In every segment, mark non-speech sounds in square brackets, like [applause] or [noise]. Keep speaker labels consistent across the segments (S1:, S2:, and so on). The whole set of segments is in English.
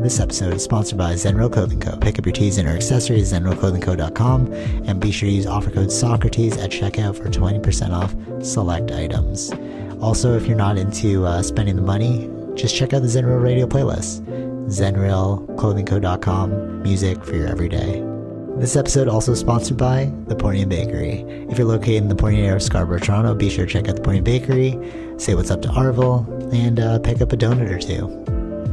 S1: This episode is sponsored by Zenro Clothing Co. Pick up your tees and or accessories at zenroclothingco.com and be sure to use offer code Socrates at checkout for 20% off select items. Also, if you're not into uh, spending the money, just check out the Zenro radio playlist. ZenRailClothingCo.com, music for your everyday. This episode also sponsored by The Pornian Bakery. If you're located in the Pornian area of Scarborough, Toronto, be sure to check out The Pornian Bakery, say what's up to Arvil, and uh, pick up a donut or two.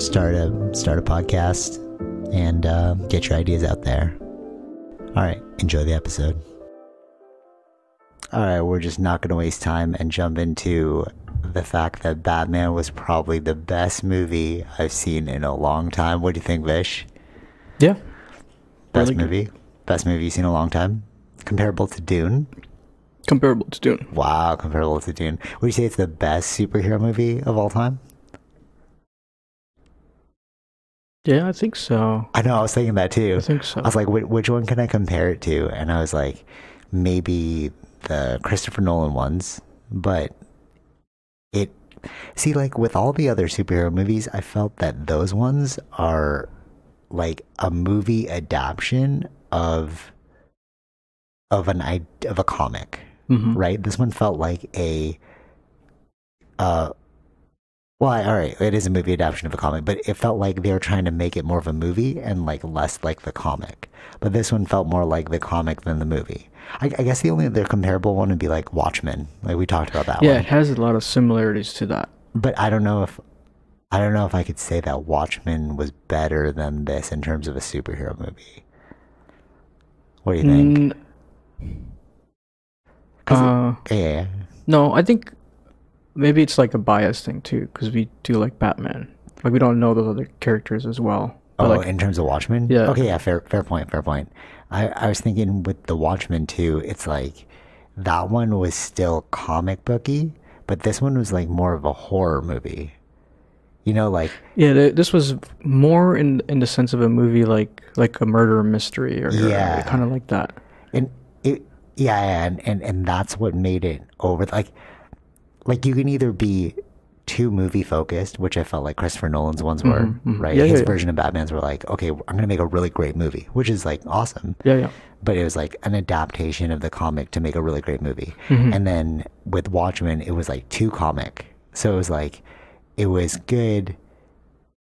S1: Start a start a podcast and uh, get your ideas out there. All right, enjoy the episode. All right, we're just not going to waste time and jump into the fact that Batman was probably the best movie I've seen in a long time. What do you think, Vish?
S2: Yeah.
S1: Best
S2: Really good.
S1: movie? Best movie you've seen in a long time? Comparable to Dune?
S2: Comparable to Dune.
S1: Wow, comparable to Dune. Would you say it's the best superhero movie of all time?
S2: Yeah, I think so.
S1: I know, I was thinking that too.
S2: I think so.
S1: I was like, "Wh- which one can I compare it to? And I was like, maybe the Christopher Nolan ones, but it. See, like with all the other superhero movies, I felt that those ones are like a movie adaptation of of an i- of a comic,
S2: Mhm.
S1: right? This one felt like a uh well, I- all right, it is a movie adaptation of a comic, but it felt like they were trying to make it more of a movie and like less like the comic. But this one felt more like the comic than the movie. I, I guess the only other comparable one would be like Watchmen. Like we talked about that
S2: Yeah,
S1: one,
S2: it has a lot of similarities to that.
S1: but I don't know if I don't know if I could say that Watchmen was better than this in terms of a superhero movie. What do you think?
S2: Mm,
S1: 'Cause it-
S2: uh,
S1: yeah,
S2: no, I think maybe it's like a bias thing too, because we do like Batman. Like we don't know those other characters as well.
S1: Oh,
S2: But like,
S1: in terms of Watchmen?
S2: Yeah.
S1: Okay, yeah, fair fair point, fair point. I, I was thinking with the Watchmen too, it's like that one was still comic booky, but this one was like more of a horror movie. You know, like
S2: yeah, th- this was more in in the sense of a movie like like a murder mystery or,
S1: Yeah.
S2: kind of like that.
S1: and it yeah, yeah, and, and and that's what made it over like like you can either be too movie focused, which I felt like Christopher Nolan's ones were, right?
S2: Mm-hmm, Yeah, yeah,
S1: His
S2: yeah.
S1: version of Batman's were like, okay, I'm gonna make a really great movie, which is like awesome.
S2: Yeah, yeah.
S1: but it was like an adaptation of the comic to make a really great movie.
S2: Mm-hmm.
S1: And then with Watchmen, it was like two comic. So it was like it was good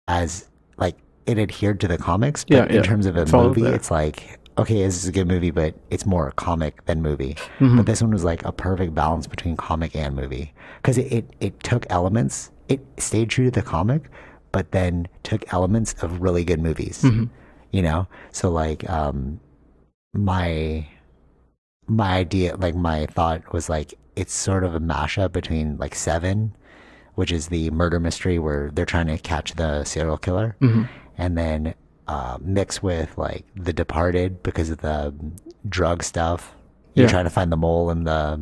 S1: as like it adhered to the comics, but
S2: Yeah,
S1: in
S2: yeah.
S1: terms of a
S2: It's all
S1: movie,
S2: there.
S1: it's like okay, this is a good movie, but it's more comic than movie.
S2: Mm-hmm.
S1: But this one was like a perfect balance between comic and movie because it, it it took elements, it stayed true to the comic, but then took elements of really good movies.
S2: Mm-hmm.
S1: You know, so like um, my my idea like my thought was like it's sort of a mashup between like seven which is the murder mystery where they're trying to catch the serial killer
S2: Mm-hmm.
S1: and then uh, mix with like the departed because of the um, drug stuff you're
S2: Yeah.
S1: trying to find the mole in the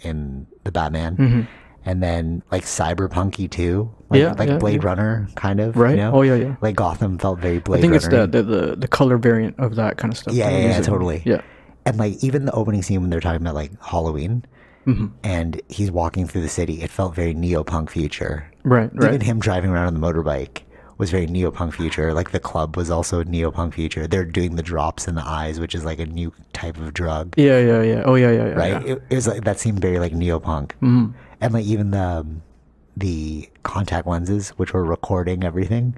S1: in the batman
S2: Hmm. Mm-hmm.
S1: and then like cyberpunky too like,
S2: Yeah,
S1: like
S2: yeah,
S1: blade
S2: yeah.
S1: runner kind of you
S2: Right?
S1: know?
S2: Oh, yeah, yeah.
S1: like gotham felt very blade
S2: I think it's
S1: Runner-y.
S2: the, the the the color variant of that kind of stuff.
S1: Yeah,
S2: that
S1: yeah,
S2: they
S1: yeah,
S2: use it in.
S1: totally.
S2: Yeah.
S1: And like even the opening scene when they're talking about like Halloween,
S2: Mm-hmm.
S1: and he's walking through the city, it felt very neo-punk future.
S2: Right,
S1: Even
S2: right.
S1: him driving around on the motorbike was very neo-punk future. Like the club was also neo-punk future. They're doing the drops in the eyes, which is like a new type of drug,
S2: Yeah, yeah, yeah. Oh, yeah, yeah, yeah.
S1: right?
S2: yeah.
S1: It, it was like that seemed very like neo-punk,
S2: Mm-hmm.
S1: mm and like even the um, the contact lenses, which were recording everything.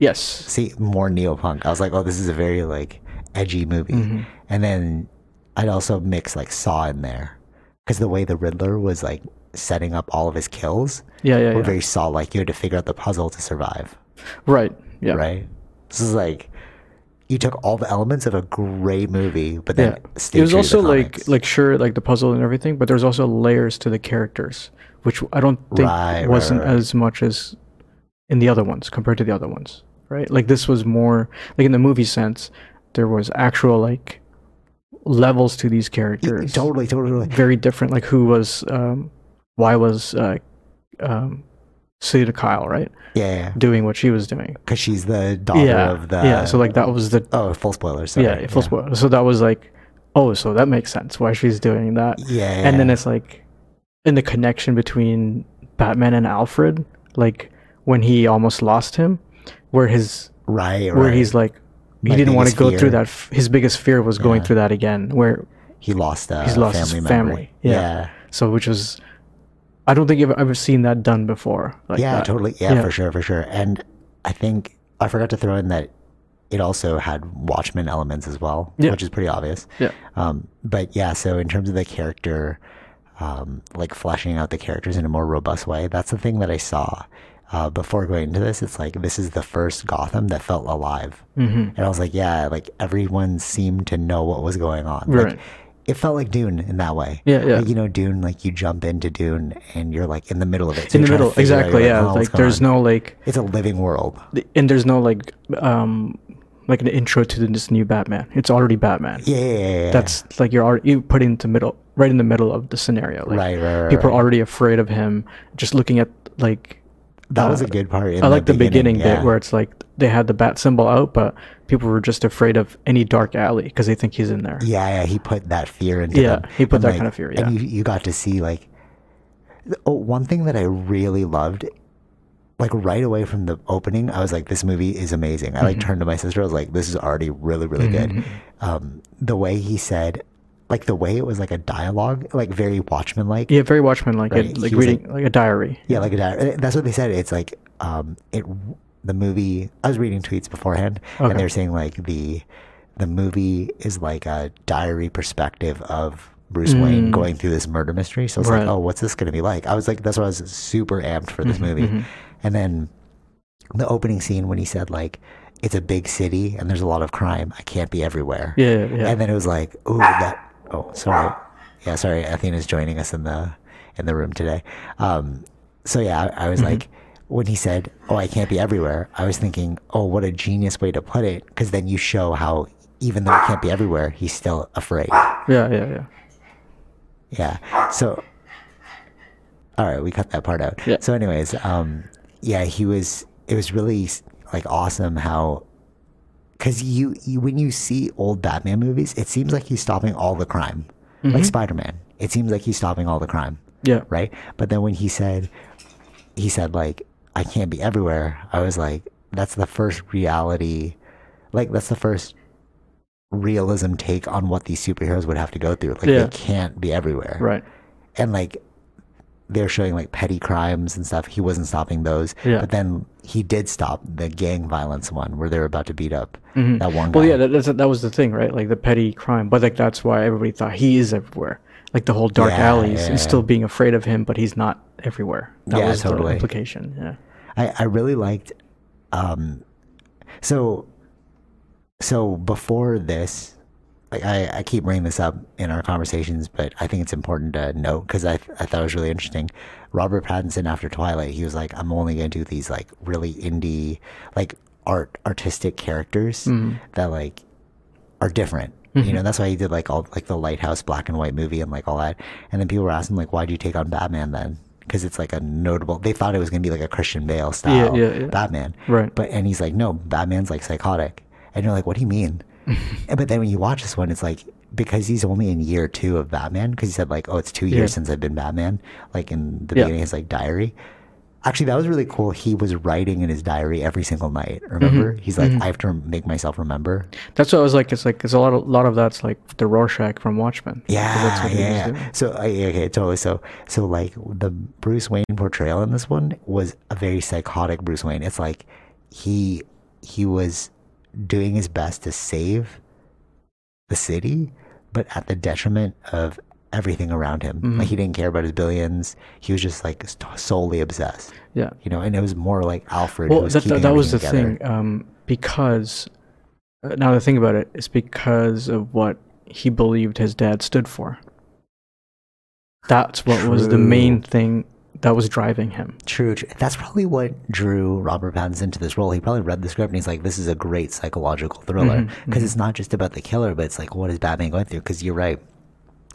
S2: Yes.
S1: see more neopunk. I was like, oh, this is a very like edgy movie.
S2: Mm-hmm.
S1: And then I'd also mix like Saw in there because the way the Riddler was like setting up all of his kills
S2: Yeah, yeah,
S1: were
S2: yeah.
S1: very Saw like. You had to figure out the puzzle to survive,
S2: Right. Yeah.
S1: right? This is like you took all the elements of a great movie, but then
S2: Yeah.
S1: stayed
S2: It was
S1: true to the
S2: also like
S1: comics.
S2: like sure like the puzzle and everything, but there's also layers to the characters, which I don't think
S1: Right, right,
S2: wasn't
S1: right, right.
S2: as much as in the other ones compared to the other ones. right? Like this was more like in the movie sense, there was actual like levels to these characters.
S1: Totally, totally.
S2: Very different. Like who was um why was uh um Cedar Kyle, right?
S1: Yeah,
S2: Doing what she was doing.
S1: because she's the daughter
S2: Mm-hmm. yeah.
S1: of the.
S2: yeah. So like that was the
S1: oh, full spoilers. Sorry.
S2: yeah, full spoiler. So that was like, oh, so that makes sense why she's doing that.
S1: Yeah,
S2: And then
S1: yeah.
S2: it's like, in the connection between Batman and Alfred, like when he almost lost him, where his
S1: right, right.
S2: where he's like, he
S1: My
S2: didn't want to
S1: biggest
S2: go
S1: fear.
S2: through that. F- his biggest fear was going
S1: Yeah.
S2: through that again. Where
S1: he lost a
S2: he's lost his
S1: family member.
S2: family, yeah. so, which was, I don't think I've ever seen that done before. Like
S1: yeah,
S2: that.
S1: totally. Yeah,
S2: Yeah.
S1: for sure, for sure. And I think I forgot to throw in that it also had Watchmen elements as well,
S2: Yeah.
S1: which is pretty obvious.
S2: Yeah.
S1: Um, but yeah, so in terms of the character, um, like fleshing out the characters in a more robust way, that's the thing that I saw. Uh, before going into this, it's like this is the first Gotham that felt alive,
S2: Mm-hmm.
S1: and I was like, yeah, like everyone seemed to know what was going on.
S2: Right.
S1: Like, it felt like Dune in that way.
S2: Yeah, yeah.
S1: Like, you know, Dune. Like you jump into Dune, and you're like in the middle of it. So
S2: in
S1: you're
S2: the
S1: trying to
S2: middle,
S1: figure out,
S2: exactly.
S1: you're
S2: Yeah.
S1: oh, what's
S2: like
S1: going
S2: there's
S1: on?
S2: no like
S1: It's a living world.
S2: The- and there's no like um like an intro to this new batman it's already batman
S1: Yeah, yeah, yeah, yeah.
S2: that's like you're already you put into middle right in the middle of the scenario like
S1: Right, right, right,
S2: people are
S1: right.
S2: already afraid of him just looking at like
S1: that was
S2: uh,
S1: a good part. in
S2: i like the beginning,
S1: yeah.
S2: bit where it's like they had the bat symbol out but people were just afraid of any dark alley because they think he's in there
S1: Yeah, yeah, he put that fear into
S2: Yeah,
S1: them.
S2: he put
S1: And,
S2: that
S1: like,
S2: kind of fear,
S1: And
S2: yeah.
S1: you, you got to see like, oh, one thing that I really loved, like right away from the opening, I was like, this movie is amazing. I
S2: Mm-hmm.
S1: like turned to my sister, I was like, this is already really, really good. Um, the way he said, like the way it was like a dialogue, like very Watchmen like.
S2: yeah very watchman like
S1: Right,
S2: it, like
S1: he was,
S2: reading like, a diary
S1: Yeah, like a diary. That's what they said. It's like um, it. The movie. I was reading tweets beforehand,
S2: Okay.
S1: and they were saying like the the movie is like a diary perspective of Bruce Wayne going through this murder mystery. So it's
S2: Mm. Right. Mm-hmm,
S1: like, oh, what's this going to be like? I was like, that's why I was super amped for this movie. And then the opening scene when he said like, it's a big city and there's a lot of crime. I can't be everywhere.
S2: yeah yeah
S1: And then it was like, ooh, that. Oh, sorry. Yeah, sorry. Athena's joining us in the in the room today. Um, so yeah, I, I was like, when he said, "Oh, I can't be everywhere," I was thinking, "Oh, what a genius way to put it," because then you show how even though he can't be everywhere, he's still afraid.
S2: yeah yeah yeah
S1: Yeah. So, all right, we cut that part out.
S2: Yeah.
S1: So, anyways, um, yeah, he was. It was really like awesome how, because you, you when you see old Batman movies, it seems like he's stopping all the crime,
S2: Mm-hmm.
S1: like Spider Man. It seems like he's stopping all the crime,
S2: yeah
S1: right? But then when he said, he said like, I can't be everywhere. I was like, that's the first reality, like that's the first realism take on what these superheroes would have to go through. Like
S2: Yeah.
S1: they can't be everywhere
S2: right
S1: and like they're showing like petty crimes and stuff. He wasn't stopping those,
S2: Yeah.
S1: but then he did stop the gang violence one where they were about to beat up that one guy.
S2: Mm-hmm. Well, yeah, that, that's, that was the thing, right? Like the petty crime, but like that's why everybody thought he is everywhere. Like the whole dark
S1: Yeah,
S2: alleys
S1: yeah.
S2: and still being afraid of him, but he's not everywhere. That
S1: Yeah,
S2: was the
S1: totally.
S2: implication. Yeah,
S1: I, I really liked um so so before this like I, I keep bringing this up in our conversations but i think it's important to note because I, I thought it was really interesting robert pattinson after twilight he was like i'm only going to do these like really indie like art artistic characters
S2: Mm-hmm.
S1: that like are different you know that's why he did like all like the lighthouse black and white movie and like all that and then people were asking like why'd you take on batman then because it's like a notable they thought it was going to be like a christian bale style
S2: yeah, yeah.
S1: batman
S2: Right.
S1: but and he's like no batman's like psychotic and you're like what do you
S2: [laughs]
S1: mean And- but then when you watch this one it's like because he's only in year two of batman because he said like oh it's two years
S2: Yeah.
S1: since i've been batman like in the
S2: Yeah.
S1: beginning of his like diary actually that was really cool he was writing in his diary every single night remember
S2: Mm-hmm.
S1: he's like i have to make myself remember
S2: that's what I was like. It's like it's a lot. Of, lot of that's like the Rorschach from Watchmen. 'cause
S1: Yeah,
S2: that's what he was
S1: yeah.
S2: doing.
S1: So I- okay, totally. So so like the Bruce Wayne portrayal in this one was a very psychotic Bruce Wayne. It's like he he was doing his best to save the city, but at the detriment of everything around him.
S2: Mm-hmm.
S1: Like he didn't care about his billions. He was just like st- solely obsessed,
S2: yeah.
S1: you know. And it was more like Alfred. who
S2: Well,
S1: was
S2: that, that,
S1: keeping
S2: that was the
S1: everything together.
S2: thing. Um, because uh, now the thing about it is because of what he believed his dad stood for. That's what was the main thing that was driving him.
S1: True, true. That's probably what drew Robert Pattinson to this role. He probably read the script and he's like, "This is a great psychological thriller because
S2: Mm-hmm,
S1: it's not just about the killer, but it's like what is Batman going through?" Because you're right,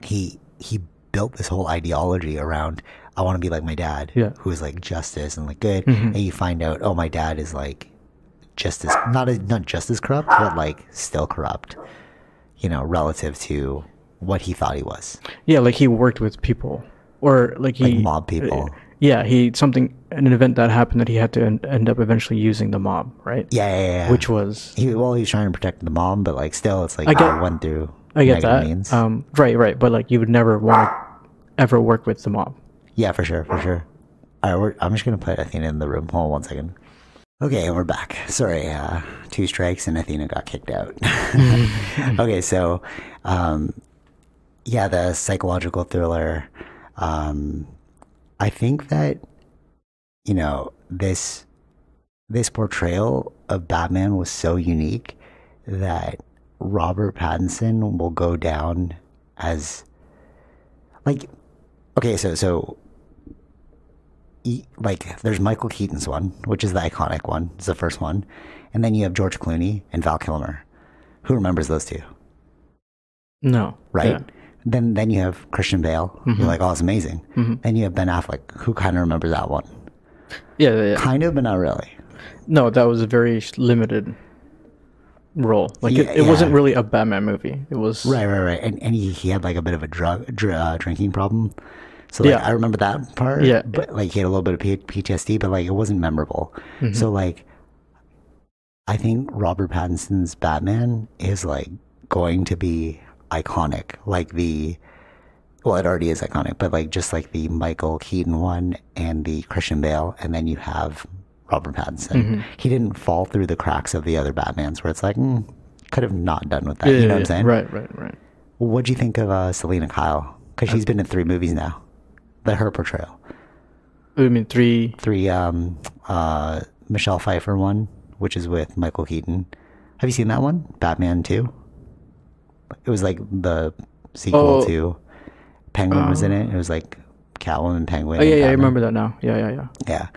S1: he he built this whole ideology around I want to be like my dad,
S2: Yeah. Mm-hmm.
S1: who is like justice and like good, and you find out, oh, my dad is like just as not as not just as corrupt, but like still corrupt, you know, relative to what he thought he was,
S2: Yeah, like he worked with people or like he eh, Uh,
S1: like mob people.
S2: Yeah, he something an event that happened that he had to end, end up eventually using the mob, right?
S1: Yeah, yeah, yeah, yeah.
S2: Which was
S1: he well, he's trying to protect the mom, but like still, it's like
S2: I get-
S1: I went through.
S2: I get
S1: negative
S2: that.
S1: means.
S2: Um, right, right, but like you would never want to ever work with the mob.
S1: Yeah, for sure, for sure. All right, we're, I'm just gonna put Athena in the room. Hold on one second. Okay, we're back. Sorry, uh, two strikes and Athena got kicked out. [laughs] okay, so um, yeah, the psychological thriller. Um, I think that you know this this portrayal of Batman was so unique that Robert Pattinson will go down as like Okay, so so e- like there's Michael Keaton's one, which is the iconic one. It's the first one. And then you have George Clooney and Val Kilmer. Who remembers those two?
S2: No.
S1: Right?
S2: Yeah.
S1: Then then you have Christian Bale. You're like, oh, it's amazing. Then you have Ben Affleck, who kind of remembers that one.
S2: Yeah, yeah, yeah.
S1: Kind of, but not really.
S2: No, that was a very sh- limited role. Like
S1: Yeah,
S2: it, it wasn't
S1: yeah.
S2: really a Batman movie. It was
S1: Right, right, right. And, and he, he had like a bit of a drug dr- uh, drinking problem. So like
S2: Yeah.
S1: I remember that part.
S2: Yeah.
S1: But like he had a little bit of P- PTSD, but like it wasn't memorable.
S2: Mm-hmm.
S1: So like I think Robert Pattinson's Batman is like going to be iconic. Like the well, it already is iconic, but like just like the Michael Keaton one and the Christian Bale, and then you have Robert Pattinson.
S2: Mm-hmm.
S1: He didn't fall through the cracks of the other Batmans, where it's like mm, could have not done with that.
S2: Yeah,
S1: you know
S2: yeah,
S1: what I'm
S2: yeah.
S1: saying?
S2: Right, right, right.
S1: What'd you think of uh, Selena Kyle? Because
S2: Uh,
S1: she's been in three movies now. The her portrayal,
S2: I mean, three.
S1: three um, uh, Michelle Pfeiffer one, which is with Michael Keaton. Have you seen that one? Batman two. It was like the sequel
S2: Oh. Uh.
S1: to Penguin was in it. It was like Catwoman, Penguin.
S2: Oh
S1: and
S2: yeah, yeah. I
S1: Batman.
S2: remember that now. Yeah, yeah, yeah.
S1: Yeah.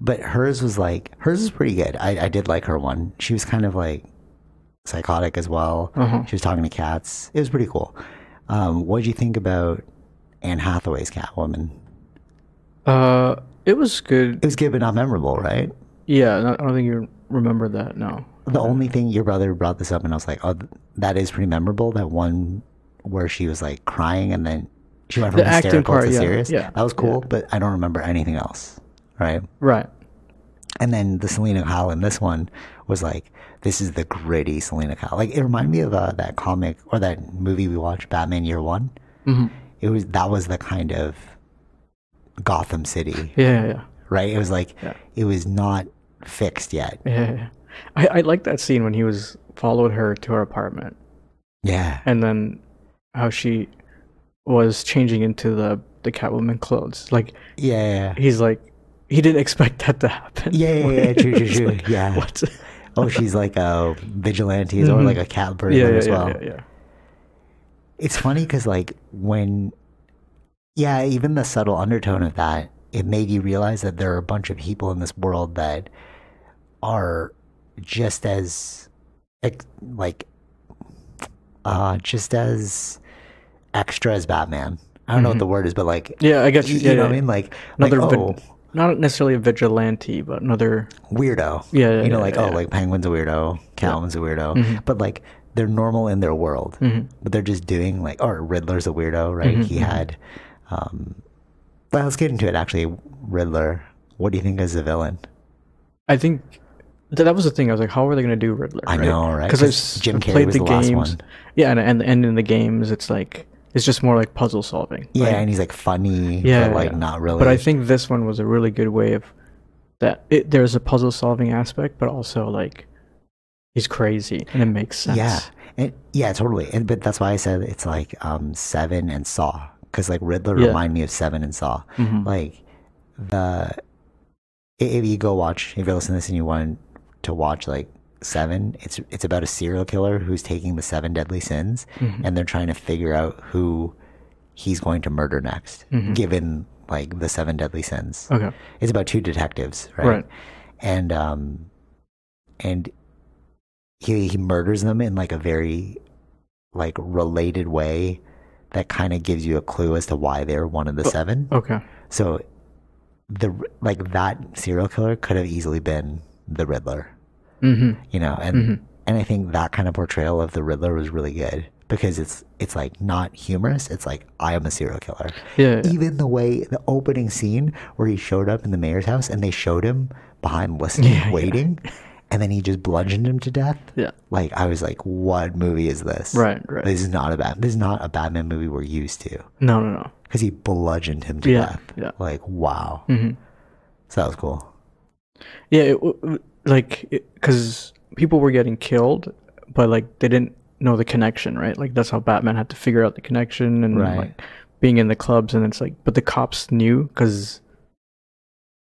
S1: But hers was like hers is pretty good. I, I did like her one. She was kind of like psychotic as well.
S2: Uh-huh.
S1: She was talking to cats. It was pretty cool. Um, what did you think about Anne Hathaway's Catwoman?
S2: Uh, it was good.
S1: It was good but not memorable, right?
S2: Yeah, no- I don't think you remember that. No.
S1: The only thing your brother brought this up, and I was like, "Oh, th- that is pretty memorable." That one where she was like crying, and then she went from
S2: The acting
S1: hysterical
S2: part,
S1: to
S2: yeah,
S1: serious.
S2: yeah,
S1: that was cool, but I don't remember anything else, right?
S2: Right.
S1: And then the Selena Kyle in this one was like, this is the gritty Selena Kyle. Like it reminded me of uh, that comic or that movie we watched, Batman Year One.
S2: Mm-hmm.
S1: It was that was the kind of Gotham
S2: [laughs]
S1: City,
S2: Yeah, yeah, yeah.
S1: right? It was like it was not fixed yet.
S2: Yeah, yeah. I, I like that scene when he was followed her to her apartment,
S1: Yeah,
S2: and then how she was changing into the the Catwoman clothes. Like
S1: yeah, yeah,
S2: he's like, he didn't expect that to happen.
S1: yeah, yeah, yeah, yeah. true,
S2: [laughs]
S1: true,
S2: It's
S1: true.
S2: like,
S1: yeah.
S2: What?
S1: Oh, she's like a vigilante or like a cat burglar
S2: Mm-hmm. [laughs] Yeah, yeah,
S1: as
S2: yeah,
S1: well.
S2: yeah, yeah.
S1: It's funny because, like, when, yeah, even the subtle undertone of that, it made you realize that there are a bunch of people in this world that are just as, ex- like, uh, just as extra as Batman. I don't know what the word is, but like,
S2: Yeah, I guess
S1: you, you
S2: you. Mm-hmm. Yeah,
S1: know
S2: yeah,
S1: what I
S2: yeah.
S1: mean? Like, like
S2: Another, vi-
S1: oh,
S2: not necessarily a vigilante, but another.
S1: weirdo.
S2: Yeah, yeah,
S1: you know,
S2: yeah,
S1: like
S2: yeah,
S1: oh,
S2: yeah. Mm-hmm.
S1: like Penguin's a weirdo, Catwoman's a weirdo, but like they're normal in their world, but they're just doing like or Riddler's a weirdo,
S2: Mm-hmm,
S1: right? He had. Um, well, let's get into it. Actually, Riddler. What do you think is the villain?
S2: I think that, that was the thing. I was like, how are they going to do Riddler?
S1: I know, right?
S2: Because
S1: 'Cause
S2: I've
S1: Jim
S2: Jim
S1: Carrey
S2: played
S1: was
S2: the,
S1: the last
S2: games.
S1: one.
S2: Yeah, and, and and in the games, it's like it's just more like puzzle solving.
S1: Yeah,
S2: Like,
S1: and he's like funny,
S2: yeah,
S1: but like
S2: yeah.
S1: not really.
S2: But I think this one was a really good way of that. It, there's a puzzle solving aspect, but also like he's crazy and it makes sense.
S1: yeah, and, yeah, totally. And but that's why I said it's like um Seven and Saw, because like Riddler
S2: Yeah.
S1: remind me of Seven and Saw.
S2: Mhm.
S1: like the i- if you go watch if you're listening to this and you want to watch like seven it's it's about a serial killer who's taking the seven deadly
S2: Mm-hmm. Mm-hmm.
S1: sins and they're trying to figure out who he's going to murder next given like the seven deadly sins.
S2: Okay.
S1: It's about two detectives, right?
S2: Right.
S1: And um, and he he murders them in like a very like related way that kind of gives you a clue as to why they're one of the seven.
S2: Okay.
S1: So the like that serial killer could have easily been the Riddler
S2: hmm
S1: you know and and i think that kind of portrayal of the riddler was really good because it's it's like not humorous it's like i am a serial killer
S2: Yeah.
S1: even the way the opening scene where he showed up in the mayor's house and they showed him behind listening
S2: Yeah, yeah.
S1: waiting and then he just bludgeoned him to death
S2: Yeah.
S1: like i was like what movie is this
S2: Right, right.
S1: this is not a bad this is not a batman movie we're used to
S2: No, no, no.
S1: because he bludgeoned him to
S2: Yeah,
S1: death
S2: yeah. Mm-hmm.
S1: like wow so that was cool Oh,
S2: Yeah, it, w- w- like because people were getting killed, but like they didn't know the connection, right? Like that's how Batman had to figure out the connection and
S1: Right.
S2: like being in the clubs, and it's like, but the cops knew because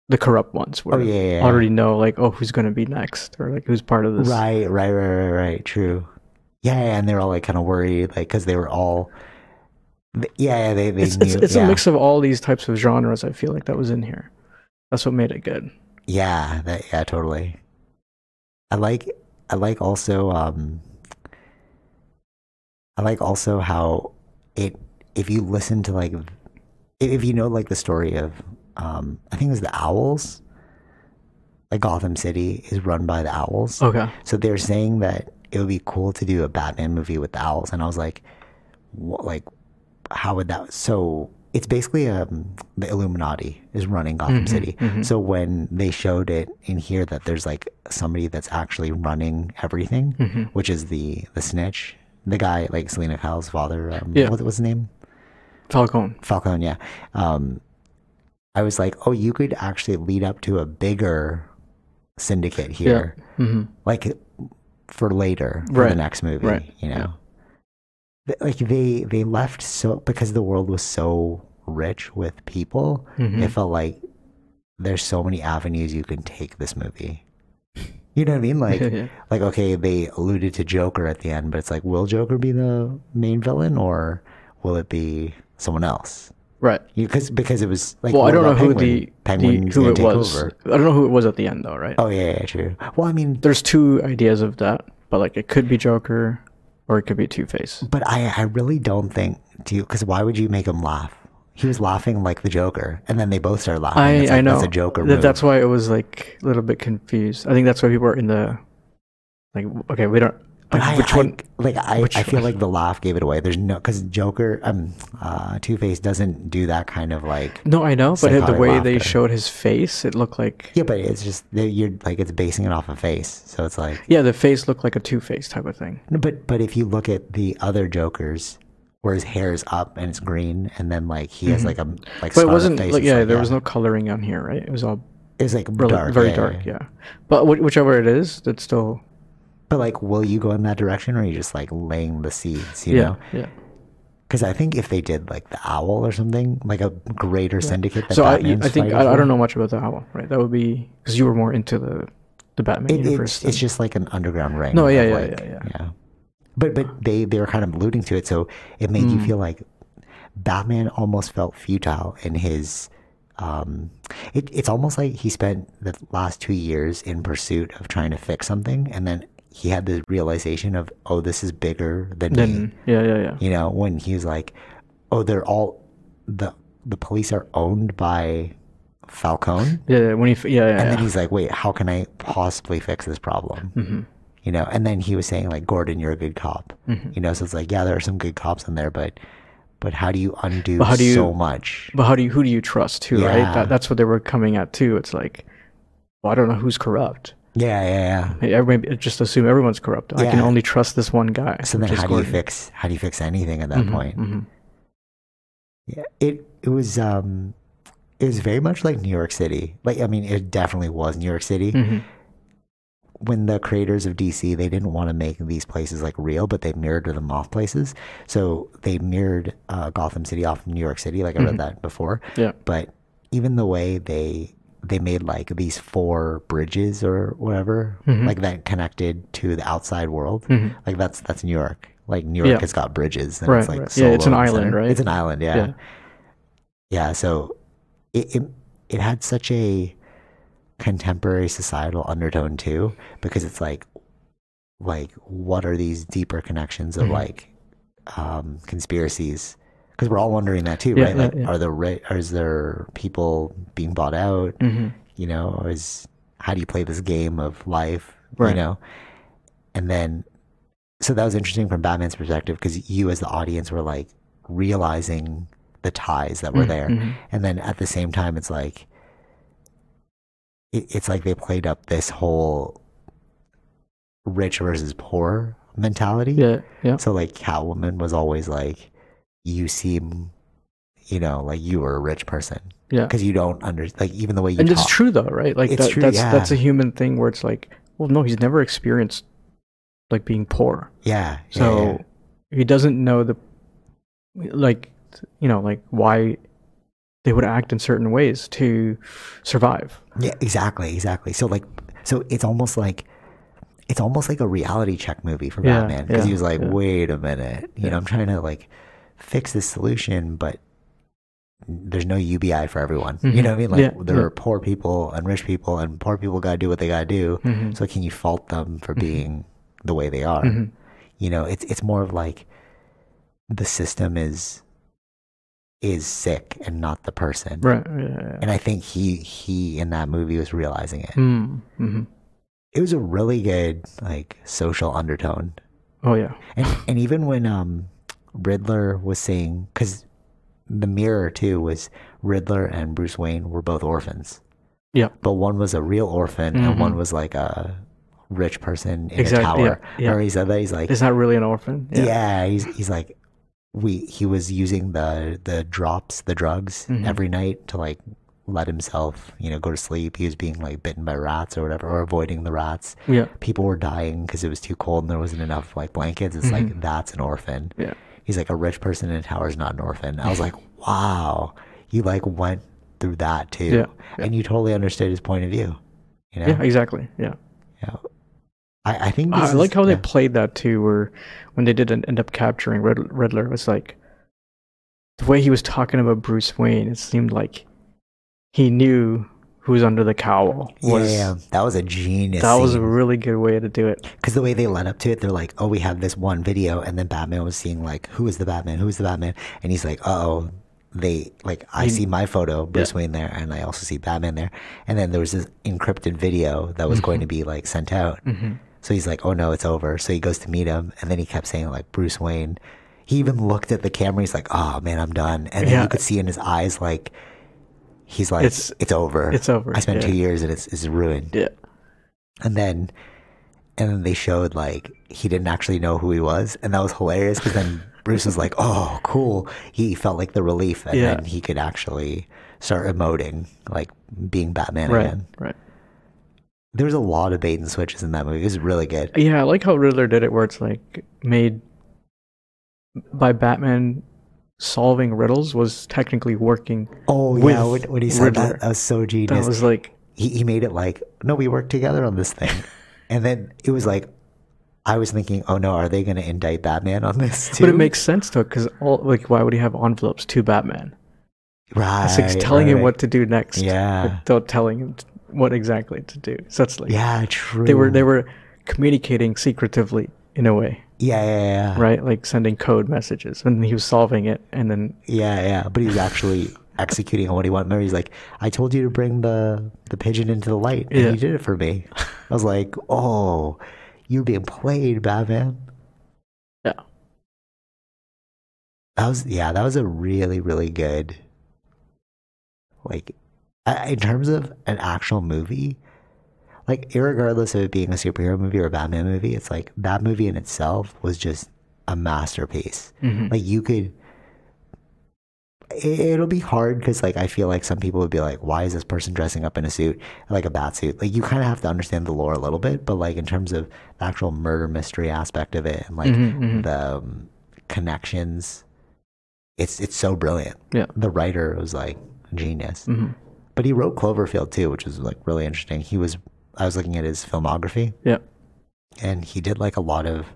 S2: the corrupt ones were
S1: Oh, yeah, yeah, yeah.
S2: already know like oh who's gonna be next or like who's part of this.
S1: Right, right, right, right, right. True. Yeah, yeah, and they were all like kind of worried, like because they were all. th- Yeah, yeah, they they
S2: It's
S1: knew.
S2: it's, it's
S1: yeah.
S2: a mix of all these types of genres. I feel like that was in here. That's what made it good.
S1: Yeah, that, yeah, totally. I like I like also um. I like also how it if you listen to like if if you know like the story of um I think it was the owls. Like Gotham City is run by the owls.
S2: Okay.
S1: So they're saying that it would be cool to do a Batman movie with the owls, and I was like, what, like, how would that? So it's basically um, the Illuminati is running Gotham City. So when they showed it in here, that there's like somebody that's actually running everything,
S2: Mm. Mm-hmm.
S1: which is the the snitch, the guy like Selena Kyle's father. Um,
S2: Yeah.
S1: what, what's his name?
S2: Falcone.
S1: Falcone, yeah. Um, I was like, oh, you could actually lead up to a bigger syndicate here,
S2: Mm-hmm.
S1: like for later for the
S2: Right.
S1: next movie.
S2: Right.
S1: You know, Th- like they they left so because the world was so rich with people,
S2: Mm-hmm.
S1: it felt like there's so many avenues you can take this movie. You know what I mean? Like,
S2: [laughs] Yeah.
S1: like okay, they alluded to Joker at the end, but it's like, will Joker be the main villain or will it be someone else?
S2: Right.
S1: because because it was like
S2: Well, I
S1: what
S2: don't know
S1: about
S2: who
S1: Penguin?
S2: the, the
S1: Penguin's
S2: who
S1: gonna
S2: it
S1: take
S2: was.
S1: over.
S2: I don't know who it was at the end though, right?
S1: Oh yeah, yeah, true. Well, I mean,
S2: There's two ideas of that, but like it could be Joker or it could be Two Face.
S1: but I I really don't think do you because why would you make him laugh? He was laughing like the Joker, and then they both started laughing.
S2: I
S1: It's like,
S2: I know
S1: that's a Joker.
S2: That-
S1: move.
S2: That's why it was like a little bit confused. I think that's why people are in the like okay we don't
S1: But
S2: like,
S1: I,
S2: which
S1: I-
S2: one
S1: like I,
S2: which
S1: I feel
S2: one?
S1: like the laugh gave it away. There's no because Joker um uh Two Face doesn't do that kind of like
S2: No, I know, but the
S1: Psychotic
S2: way they
S1: laughter.
S2: showed his face, it looked like
S1: yeah, but it's just that you're like it's basing it off a face, so it's like
S2: yeah, the face looked like a Two Face type of thing.
S1: No, But but if you look at the other Jokers, where his hair is up and it's green, and then like he has like a like.
S2: Mm-hmm. But it
S1: scarlet
S2: wasn't
S1: face,
S2: like
S1: it's
S2: yeah, there was no coloring on here, right? It was all
S1: It was like
S2: really-
S1: dark,
S2: very
S1: yeah,
S2: dark,
S1: yeah.
S2: yeah. But wh- whichever it is, that's still
S1: But like, will you go in that direction, or are you just like laying the seeds? You
S2: yeah,
S1: know,
S2: yeah.
S1: because I think if they did like the owl or something, like a greater syndicate. That
S2: So I,
S1: Batman's
S2: I think
S1: fighting
S2: I, I
S1: for,
S2: don't know much about the owl, right? That would be because you were more into the the Batman
S1: it-
S2: universe.
S1: it's,
S2: than-
S1: it's just like an underground ring.
S2: No, yeah,
S1: of,
S2: yeah,
S1: like,
S2: yeah, yeah.
S1: But but they they were kind of alluding to it, so it made
S2: Hmm.
S1: you feel like Batman almost felt futile in his. Um, it, it's almost like he spent the last two years in pursuit of trying to fix something, and then he had this realization of, oh, this is bigger than me
S2: then yeah, yeah, yeah,
S1: you know when he was like oh they're all the the police are owned by falcone
S2: yeah, yeah. When he f- yeah,
S1: and
S2: yeah, Mm-hmm.
S1: then
S2: yeah.
S1: he's like wait how can i possibly fix this problem you know and then he was saying like gordon you're a good cop
S2: Mm-hmm.
S1: you know so it's like yeah there are some good cops in there but but how do you undo
S2: how do you-
S1: so much
S2: But how do you who do you trust too,
S1: Yeah.
S2: right? That, that's what they were coming at too. It's like, well, I don't know who's corrupt.
S1: yeah yeah yeah
S2: Maybe, everybody- just assume everyone's corrupt. I can
S1: Yeah.
S2: only trust this one guy.
S1: so then
S2: which is
S1: how do
S2: Gordon.
S1: you fix how do you fix anything at that point
S2: mhm.
S1: [laughs] yeah it it was um it was very much like new york city like i mean it definitely was new york city
S2: Mhm.
S1: when the creators of DC, they didn't want to make these places like real, but they mirrored them off places. So they mirrored uh, Gotham City off New York City, like I read that before.
S2: Yeah.
S1: But even the way they they made like these four bridges or whatever, like that connected to the outside world,
S2: Mm-hmm,
S1: like that's that's New York. Like New York
S2: Yeah.
S1: has got bridges, and
S2: Right,
S1: it's like
S2: right. Yeah, it's
S1: solo
S2: an
S1: in the
S2: island,
S1: center.
S2: right?
S1: It's an island, yeah.
S2: Yeah.
S1: yeah. so it, it it had such a contemporary societal undertone too, because it's like like what are these deeper connections of
S2: Mhm.
S1: like um conspiracies because we're all wondering that too
S2: Yeah,
S1: right
S2: yeah,
S1: like
S2: yeah.
S1: are there ri- are is there people being bought out
S2: hmm
S1: you know or is how do you play this game of life you
S2: Right.
S1: know and then so that was interesting from batman's perspective because you as the audience were like realizing the ties that were there
S2: Mhm.
S1: and then at the same time it's like it, it's like they played up this whole rich versus poor mentality
S2: Yeah, yeah.
S1: so like catwoman was always like you seem you know like you were a rich person
S2: Yeah.
S1: because you don't under like even the way you
S2: and
S1: talk
S2: it's true though, right? Like
S1: It's
S2: that,
S1: true,
S2: that's
S1: yeah.
S2: that's a human thing where it's like, well, no, he's never experienced like being poor,
S1: yeah yeah,
S2: so
S1: yeah.
S2: he doesn't know the like, you know, like why they would act in certain ways to survive.
S1: Yeah, exactly, exactly. So like, so it's almost like, it's almost like a reality check movie for
S2: Yeah,
S1: Batman because he
S2: yeah,
S1: was like,
S2: yeah.
S1: wait a minute, you know,
S2: Yeah.
S1: I'm trying to like fix this solution, but there's no UBI for everyone. You know what I mean? Like
S2: Mm-hmm. Yeah,
S1: there
S2: yeah.
S1: are poor people and rich people, and poor people gotta do what they gotta do.
S2: Mhm.
S1: So can you fault them for
S2: Mm-hmm.
S1: being the way they are?
S2: Mhm.
S1: You know, it's it's more of like the system is is sick and not the person.
S2: Right. Yeah. yeah, yeah.
S1: And I think he he in that movie was realizing it
S2: Mm, mhm.
S1: it was a really good like social undertone
S2: Oh yeah.
S1: and, and even when um riddler was saying because the mirror too was riddler and bruce wayne were both orphans
S2: Yeah.
S1: but one was a real orphan and one was like a rich person in
S2: Exactly,
S1: a tower
S2: yeah, yeah.
S1: or he's other he's like
S2: It's not really an orphan.
S1: yeah, he's, he's like we he was using the the drops the drugs
S2: Mm-hmm.
S1: every night to like let himself you know go to sleep he was being like bitten by rats or whatever or avoiding the rats
S2: Yeah.
S1: people were dying because it was too cold and there wasn't enough like blankets. It's like that's an orphan.
S2: Mm-hmm. Yeah.
S1: He's like a rich person in a tower is not an orphan. I was like, wow, you like went through that too,
S2: Yeah, yeah.
S1: and you totally understood his point of view. You know,
S2: Yeah. Exactly. Yeah.
S1: Yeah. I, I think this
S2: I
S1: is-
S2: like how they
S1: yeah.
S2: played that too, where when they did en- end up capturing Red- Riddler, it was like the way he was talking about Bruce Wayne. It seemed like he knew who was under the cowl. Was
S1: yeah, that was a genius.
S2: that was a really good way to do it.
S1: because the way they led up to it, they're like, "Oh, we have this one video," and then Batman was seeing like, "Who is the Batman? Who is the Batman?" And he's like, "Oh, they like I
S2: Mm.
S1: see my photo, Bruce Wayne there, and I also see Batman there." And then there was this encrypted video that was
S2: Mm-hmm.
S1: going to be like sent out. So he's like, "Oh no, it's over." So he goes to meet him, and then he kept saying like, "Bruce Wayne." He even looked at the camera. He's like, "Oh man, I'm done." And then
S2: Yeah.
S1: you could see in his eyes like. He's like, it's,
S2: It's-
S1: over.
S2: it's over,
S1: I spent
S2: yeah.
S1: two years and it's, it's ruined
S2: Yeah.
S1: and then and then they showed like he didn't actually know who he was and that was hilarious because
S2: [laughs]
S1: then bruce was like oh cool he felt like the relief and
S2: Yeah.
S1: then he could actually start emoting like being batman
S2: Right.
S1: again
S2: Right.
S1: there was a lot of bait and switches in that movie it was really good
S2: Yeah, I like how Riddler did it, where it's like made by Batman solving riddles was technically working.
S1: oh
S2: With
S1: yeah when, when he said
S2: Riddler.
S1: that that was so
S2: That
S1: genius
S2: was like
S1: he, he made it like no we worked together on this
S2: [laughs]
S1: thing and then it was like i was thinking oh no are they going to indict batman on this too
S2: But it makes sense though, because all like, why would he have envelopes to Batman?
S1: right
S2: It's like he's telling
S1: right,
S2: him
S1: right.
S2: what to do next,
S1: yeah
S2: without telling him t- what exactly to do. So it's like
S1: Yeah, true.
S2: they were they were communicating secretively in a way,
S1: Yeah, yeah, yeah.
S2: right? Like sending code messages, and he was solving it, and then
S1: Yeah, yeah. But he's actually executing on what he wanted. Remember, he's like, "I told you to bring the the pigeon into the light, and
S2: Yeah.
S1: you did it for me." I was like, "Oh, you're being played, Batman."
S2: yeah,
S1: That was yeah. That was a really really good. Like, I- in terms of an actual movie, like irregardless of it being a superhero movie or a Batman movie, it's like that movie in itself was just a masterpiece.
S2: Hmm.
S1: Like you could it- it'll be hard because like i feel like some people would be like why is this person dressing up in a suit like a bat suit like you kind of have to understand the lore a little bit but like in terms of the actual murder mystery aspect of it and like the um, connections it's it's so brilliant
S2: yeah,
S1: the writer was like genius but he wrote cloverfield too which was like really interesting he was i was looking at his filmography
S2: yeah,
S1: and he did like a lot of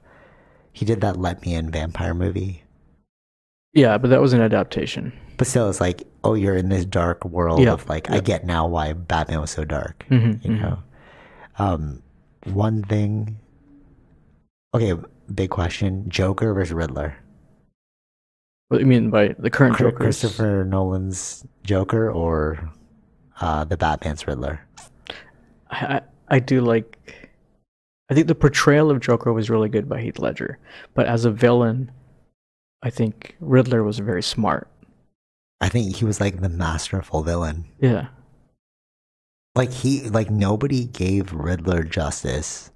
S1: he did that let me in vampire movie
S2: Yeah, but that was an adaptation.
S1: But still, it's like, oh, you're in this dark world
S2: Yeah,
S1: of like, I
S2: yeah.
S1: get now why Batman was so dark.
S2: Mhm,
S1: You know, um, one thing. Okay, big question: Joker versus Riddler.
S2: What do you mean by the current
S1: Cri-
S2: Joker? is-
S1: Christopher Nolan's Joker or uh, the Batman's Riddler?
S2: I, I I do like. I think the portrayal of Joker was really good by Heath Ledger, but as a villain, I think Riddler was very smart.
S1: I think he was like the masterful villain.
S2: Yeah,
S1: like he like nobody gave Riddler justice.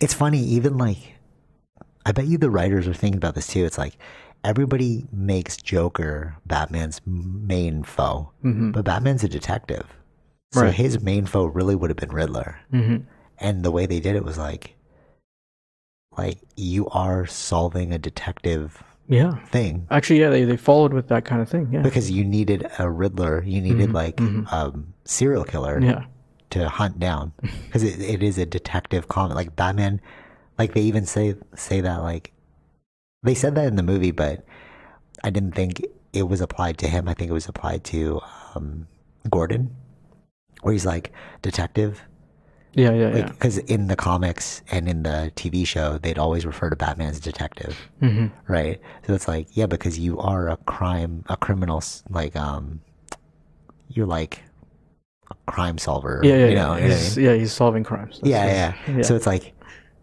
S1: It's funny, even like I bet you the writers are thinking about this too. It's like everybody makes Joker Batman's main foe,
S2: hmm
S1: but Batman's a detective, so
S2: Right.
S1: his main foe really would have been Riddler.
S2: hmm
S1: And the way they did it was like, like you are solving a detective
S2: yeah.
S1: thing
S2: Actually, yeah, they they followed with that kind of thing. Yeah,
S1: because you needed a Riddler, you needed
S2: Mhm,
S1: like
S2: mhm.
S1: um, serial killer,
S2: yeah,
S1: to hunt
S2: [laughs]
S1: down because it, it is a detective comic like batman like they even say say that like they said that in the movie but i didn't think it was applied to him i think it was applied to um gordon where he's like detective
S2: yeah, yeah, yeah.
S1: because in the comics and in the tv show they'd always refer to batman as detective
S2: hmm
S1: right so it's like yeah because you are a crime a criminal s- like um you're like a crime solver
S2: Yeah, yeah,
S1: you know,
S2: yeah.
S1: you know what I mean?
S2: he's, yeah, he's solving crimes. That's-
S1: yeah,
S2: that's-
S1: yeah, So it's like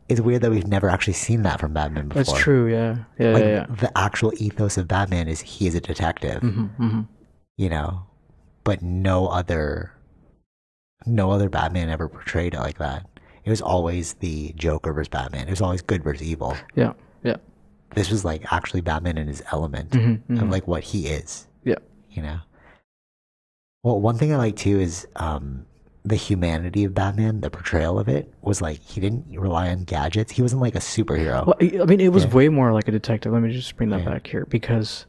S1: it's weird that we've never actually seen that from Batman before.
S2: that's true. Yeah, yeah,
S1: Like
S2: yeah, yeah.
S1: the actual ethos of Batman is he is a detective,
S2: Mm-hmm.
S1: you know, but no other no other Batman ever portrayed it like that. It was always the Joker versus Batman. It was always good versus evil.
S2: Yeah, yeah,
S1: This was like actually Batman in his element
S2: mm-hmm.
S1: of like what he is.
S2: yeah.
S1: you know. Well, one thing I like too is um, the humanity of Batman. The portrayal of it was like he didn't rely on gadgets. He wasn't like a superhero.
S2: Well, I I mean, it was
S1: Yeah.
S2: way more like a detective. Let me just bring that
S1: Yeah.
S2: back here because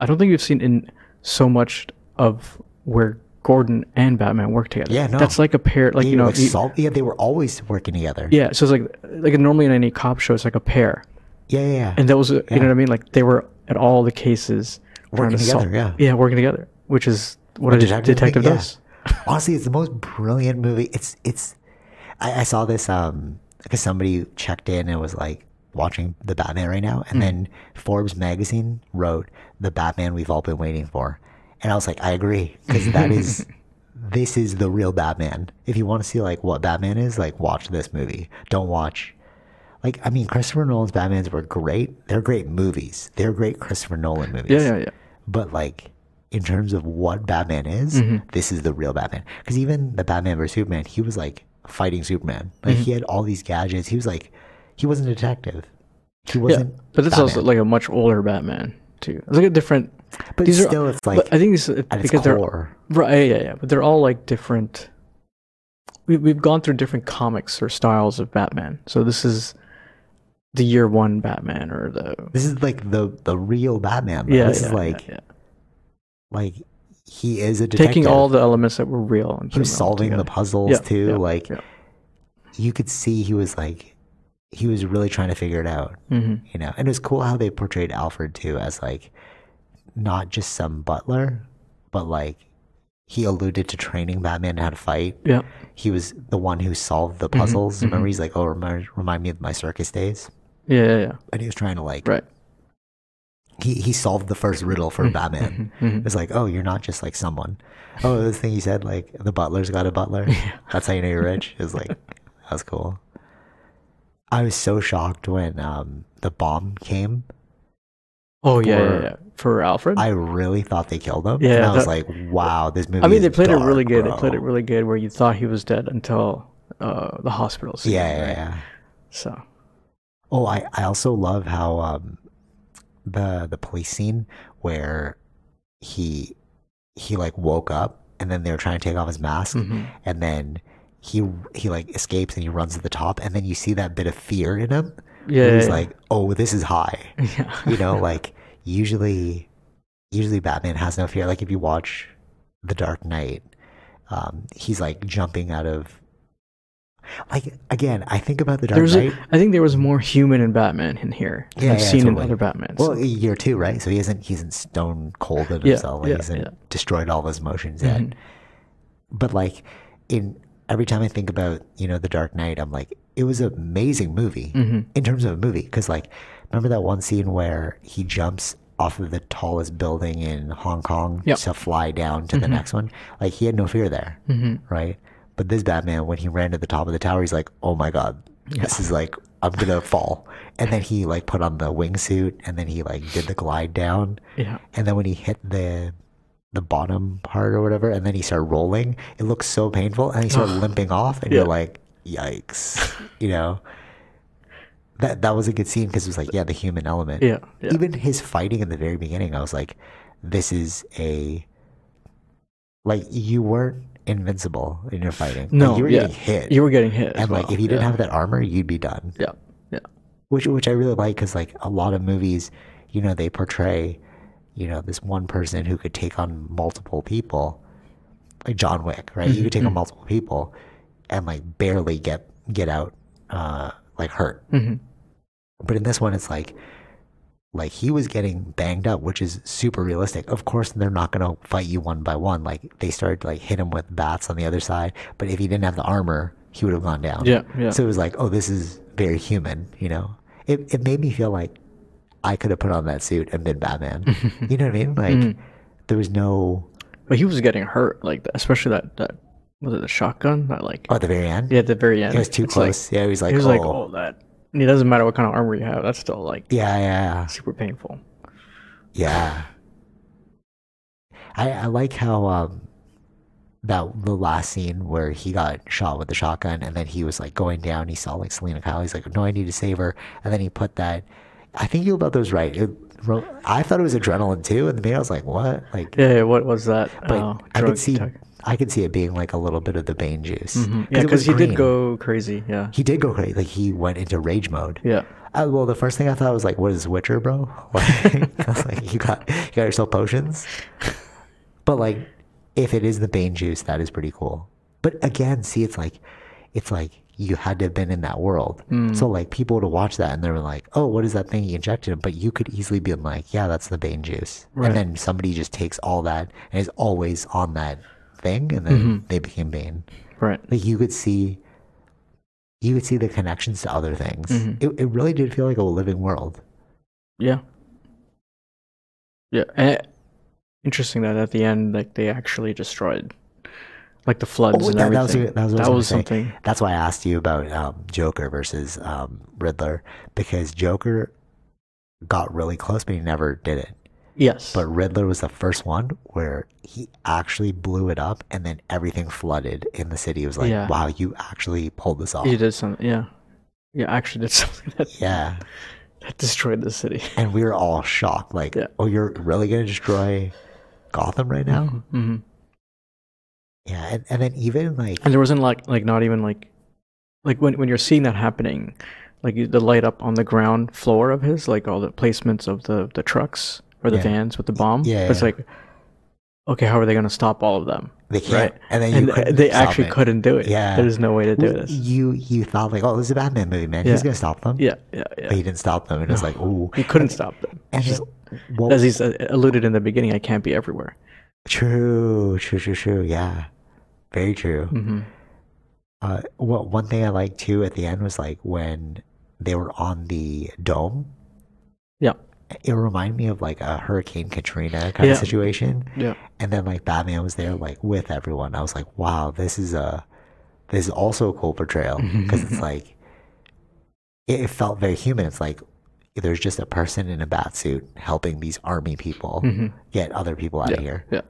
S2: I don't think you've seen in so much of where Gordon and Batman work together.
S1: Yeah, no.
S2: that's like a pair. Like
S1: He,
S2: you know,
S1: like,
S2: you-
S1: sol- yeah, they were always working together.
S2: yeah. So it's like like normally in any cop show, it's like a pair,
S1: yeah, yeah. yeah.
S2: and that was you know what I mean. Like they were at all the cases trying
S1: Working
S2: to solve-
S1: together,
S2: yeah, working together, which is what
S1: A
S2: a detective,
S1: detective thing, yeah.
S2: does.
S1: Honestly, it's the most brilliant movie. It's it's. I, I saw this um because somebody checked in and was like watching the Batman right now,
S2: Hmm.
S1: and then Forbes magazine wrote the Batman we've all been waiting for, and I was like, I agree because that
S2: [laughs]
S1: is. This is the real Batman. If you want to see like what Batman is, like watch this movie. Don't watch like I mean Christopher Nolan's Batmans were great. They're great movies. They're great Christopher Nolan movies
S2: Yeah, yeah, yeah.
S1: but like in terms of what Batman is,
S2: Mm-hmm.
S1: this is the real Batman. Because even the Batman vs Superman, he was like fighting Superman. Like
S2: Mm-hmm.
S1: he had all these gadgets. He was like, he wasn't a detective. He
S2: Yeah,
S1: wasn't.
S2: but it's also
S1: Batman.
S2: like a much older Batman too. It's like a different.
S1: But
S2: these are-
S1: still, it's like
S2: But I think these
S1: at its
S2: because they're
S1: core.
S2: Right, yeah, yeah, yeah. But they're all like different. We, we've gone through different comics or styles of Batman. So this is the year one Batman or the.
S1: This is like the the real Batman. though.
S2: Yeah,
S1: this
S2: yeah,
S1: is like
S2: yeah, yeah.
S1: like he is a detective.
S2: taking all the elements that were real and
S1: he was solving the puzzles too. like you could see he was like he was really trying to figure it out.
S2: hmm
S1: you know and it was cool how they portrayed alfred too as like not just some butler but like he alluded to training batman how to fight
S2: yeah,
S1: he was the one who solved the puzzles remember he's like oh remind, remind me of my circus days
S2: yeah, yeah, yeah.
S1: and he was trying to like
S2: Right.
S1: he, he solved the first riddle for batman
S2: mhm.
S1: it's like oh you're not just like someone oh this thing he said like the butler's got a
S2: [laughs]
S1: butler that's how you know you're rich it was like that was cool i was so shocked when um the bomb came
S2: Oh yeah, yeah,
S1: For-
S2: yeah. For Alfred.
S1: I really thought they killed him.
S2: Yeah,
S1: and I was like,
S2: that-
S1: wow, this movie.
S2: I mean,
S1: is
S2: they played
S1: dark,
S2: it really good.
S1: bro.
S2: They played it really good, where you thought he was dead until uh, the hospital scene.
S1: Yeah, yeah,
S2: right?
S1: yeah.
S2: So
S1: Oh, I, I also love how um, the the police scene where he he like woke up and then they were trying to take off his mask and then he he like escapes and he runs to the top and then you see that bit of fear in him.
S2: yeah,
S1: where he's
S2: yeah,
S1: like, oh, this is high.
S2: [laughs] yeah.
S1: you
S2: [laughs]
S1: know like usually usually batman has no fear like if you watch the dark knight um he's like jumping out of Like again, I think about the Dark
S2: There's, a-
S1: Knight.
S2: I think there was more human in Batman in here. than
S1: Yeah,
S2: I've
S1: yeah,
S2: seen
S1: totally.
S2: in other Batmans.
S1: Well, year two, right? So he isn't he's not stone cold at
S2: Yeah,
S1: himself. like, he
S2: yeah,
S1: hasn't
S2: yeah.
S1: destroyed all of his emotions yet.
S2: Mhm.
S1: But like in every time I think about, you know, The Dark Knight, I'm like, it was an amazing movie
S2: Mm-hmm.
S1: in terms of a movie. Because like remember that one scene where he jumps off of the tallest building in Hong Kong
S2: Yep. Mm-hmm.
S1: to fly down to the next one? Like he had no fear there. Right? But this Batman, when he ran to the top of the tower, he's like, Oh my god, this is like I'm gonna fall. And then he like put on the wingsuit and then he like did the glide down.
S2: yeah,
S1: And then when he hit the the bottom part or whatever, and then he started rolling, it looks so painful, and he started limping off, and you're
S2: Yeah.
S1: like, "Yikes!" [laughs] you know. That that was a good scene because it was like, yeah, the human element.
S2: yeah, yeah.
S1: Even his fighting in the very beginning, I was like, "This is a like you weren't invincible in your fighting. Like,
S2: No,
S1: you were
S2: yeah.
S1: getting hit,
S2: You were getting hit. as
S1: and like
S2: well,
S1: if you didn't
S2: yeah.
S1: have that armor, you'd be done."
S2: yeah, yeah,
S1: which which I really like because like a lot of movies, you know, they portray, you know, this one person who could take on multiple people, like John Wick, right?
S2: Mm-hmm,
S1: You could take on multiple people, and like barely get get out, uh, like hurt.
S2: Mhm.
S1: But in this one, it's like, like he was getting banged up, which is super realistic. Of course, they're not gonna fight you one by one. Like they started to, like hit him with bats on the other side, but if he didn't have the armor, he would have gone down.
S2: Yeah, yeah.
S1: So it was like, oh, this is very human. You know, it it made me feel like I could have put on that suit and been
S2: [laughs]
S1: Batman. you know what I mean? Like
S2: Mm-hmm.
S1: there was no
S2: But he was getting hurt, like especially that that was it the shotgun that like
S1: oh, at the very end.
S2: yeah at the very end.
S1: it was too
S2: it's
S1: close. yeah, he was
S2: Like,
S1: like,
S2: he was
S1: oh,
S2: like, oh that. and It doesn't matter what kind of armor you have. That's still like
S1: yeah, yeah,
S2: super painful.
S1: yeah. I I like how um that the last scene where he got shot with the shotgun and then he was like going down. He saw like Selena Kyle. He's like, no, I need to save her. And then he put that. I think you about those right. It, ro- I thought it was adrenaline too, and then I was like, what? Like
S2: Yeah, yeah, what was that?
S1: but
S2: uh,
S1: I
S2: drug
S1: could see
S2: tech?
S1: I could see it being like a little bit of the Bane juice.
S2: Mm-hmm. Yeah,
S1: it was
S2: because he
S1: green.
S2: did go crazy. Yeah,
S1: He did go crazy. Like he went into rage mode.
S2: yeah.
S1: Uh, well, the first thing I thought was like, "What is Witcher, bro?" [laughs] Like, I was like, "You got you got yourself potions." But like, if it is the Bane juice, that is pretty cool. But again, see, it's like, it's like you had to have been in that world. So like, people would watch that and they were like, "Oh, what is that thing he injected him?" But you could easily be like, "Yeah, that's the Bane juice,"
S2: Right.
S1: and then somebody just takes all that and is always on that thing, and then they became Bane
S2: Right.
S1: like you could see you could see the connections to other things
S2: Mm-hmm.
S1: it, it really did feel like a living world
S2: Yeah. Yeah. And it- interesting that at the end, like they actually destroyed, like the floods
S1: Oh,
S2: and
S1: that- that was
S2: everything.
S1: what- that was what I was gonna say.
S2: something.
S1: that's why i asked you about um, joker versus um, riddler because joker got really close but he never did it
S2: Yes.
S1: but riddler was the first one where he actually blew it up and then everything flooded in the city it was like
S2: Yeah.
S1: wow you actually pulled this off
S2: he did something. Yeah. Yeah. Actually, did [laughs] something that,
S1: yeah
S2: that destroyed the city.
S1: and we were all shocked like
S2: Yeah.
S1: oh you're really gonna destroy gotham right now
S2: hmm
S1: yeah and, and then even like
S2: And there wasn't like like not even like like when when you're seeing that happening, like you- the light up on the ground floor of his, like all the placements of the the trucks or the
S1: Yeah.
S2: vans with the bomb.
S1: Yeah,
S2: But It's
S1: yeah.
S2: like, okay, how are they going to stop all of them?
S1: They can't. And then you
S2: and
S1: couldn't
S2: they
S1: stop
S2: actually
S1: it.
S2: couldn't do it.
S1: Yeah.
S2: there's no way to do
S1: Well,
S2: this.
S1: You you thought like, oh, this is a Batman movie, man. He's
S2: Yeah.
S1: gonna stop them.
S2: Yeah, yeah, yeah.
S1: But he didn't stop them, and it was like, ooh,
S2: You couldn't stop them.
S1: and just what?
S2: As he's uh, alluded in the beginning, I can't be everywhere.
S1: true, true, true, true. Yeah, very true.
S2: Mm.
S1: Uh, what one thing I liked too at the end was like when they were on the dome.
S2: Yeah,
S1: It reminded me of like a Hurricane Katrina kind
S2: Yeah.
S1: of situation.
S2: yeah,
S1: and then like Batman was there like with everyone. I was like, wow, this is a this is also a cool portrayal because it's like it, it felt very human. It's like there's just a person in a bat suit helping these army
S2: Mm-hmm.
S1: people get other people out of here.
S2: yeah.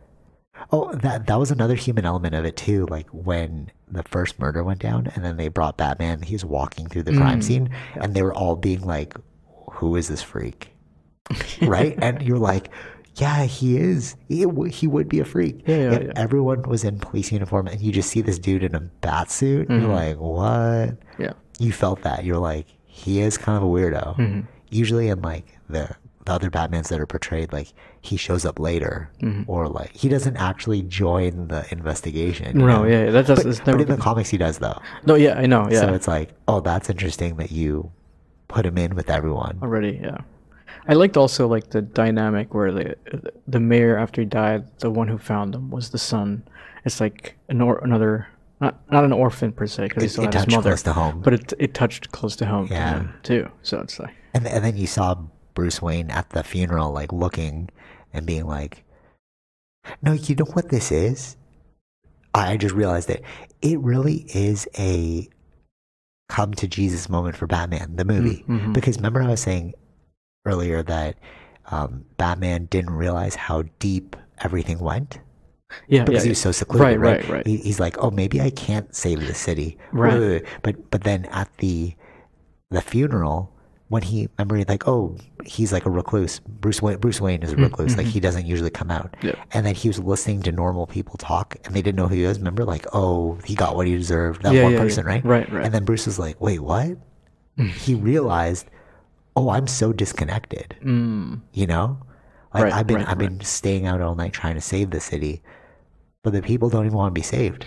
S1: Oh, that that was another human element of it too. Like when the first murder went down, and then they brought Batman. He was walking through
S2: Mm,
S1: the crime scene, and they were all being like, "Who is this freak?" right? And you're like, "Yeah, he is. He, w- he would be a freak."
S2: Yeah, yeah,
S1: Yet
S2: yeah.
S1: Everyone was in police uniform, and you just see this dude in a bat suit. And you're like,
S2: Mm-hmm.
S1: "What?"
S2: Yeah. Mm-hmm.
S1: You felt that. You're like, "He is kind of a weirdo." Usually in like the the other Batmans that are portrayed, like he shows up later,
S2: Mhm.
S1: or like he doesn't actually join the investigation. you
S2: No,
S1: know?
S2: yeah, yeah, that does.
S1: But,
S2: That's
S1: but
S2: never.
S1: in the comics, he does though.
S2: no, yeah, I know. Yeah,
S1: So it's like, oh, that's interesting that you put him in with everyone.
S2: already. Yeah, I liked also like the dynamic where the the mayor after he died, the one who found them was the son. It's like an or another not not an orphan per se because he
S1: It,
S2: still
S1: it
S2: had his
S1: touched
S2: mother,
S1: close to home.
S2: but it it touched close to home
S1: Yeah.
S2: to him too. So it's like
S1: And, and then you saw Bruce Wayne at the funeral, like looking and being like, no, you know what this is? I I just realized it. It really is a come to Jesus moment for Batman, the movie.
S2: mhm.
S1: Because remember, I was saying earlier that um, Batman didn't realize how deep everything went?
S2: yeah, yeah,
S1: because he
S2: yeah.
S1: was so secluded.
S2: Right,
S1: Right,
S2: right, right.
S1: He, he's like, oh, maybe I can't save the city.
S2: Right.
S1: But but then at the the funeral, when he remember he's like, oh, he's like a recluse. Bruce Wayne, Bruce Wayne
S2: Mm,
S1: is a recluse.
S2: mm-hmm.
S1: Like he doesn't usually come out.
S2: Yeah.
S1: And then he was listening to normal people talk, and they didn't know who he was. Remember, like, oh, he got what he deserved. That
S2: Yeah,
S1: one
S2: yeah, yeah.
S1: person, right?
S2: Right, Mm. right.
S1: And then Bruce was like, wait, what? he realized, oh, I'm so disconnected
S2: Mm,
S1: you know like
S2: Right,
S1: i've been
S2: right,
S1: i've been staying out all night trying to save the city but the people don't even want to be saved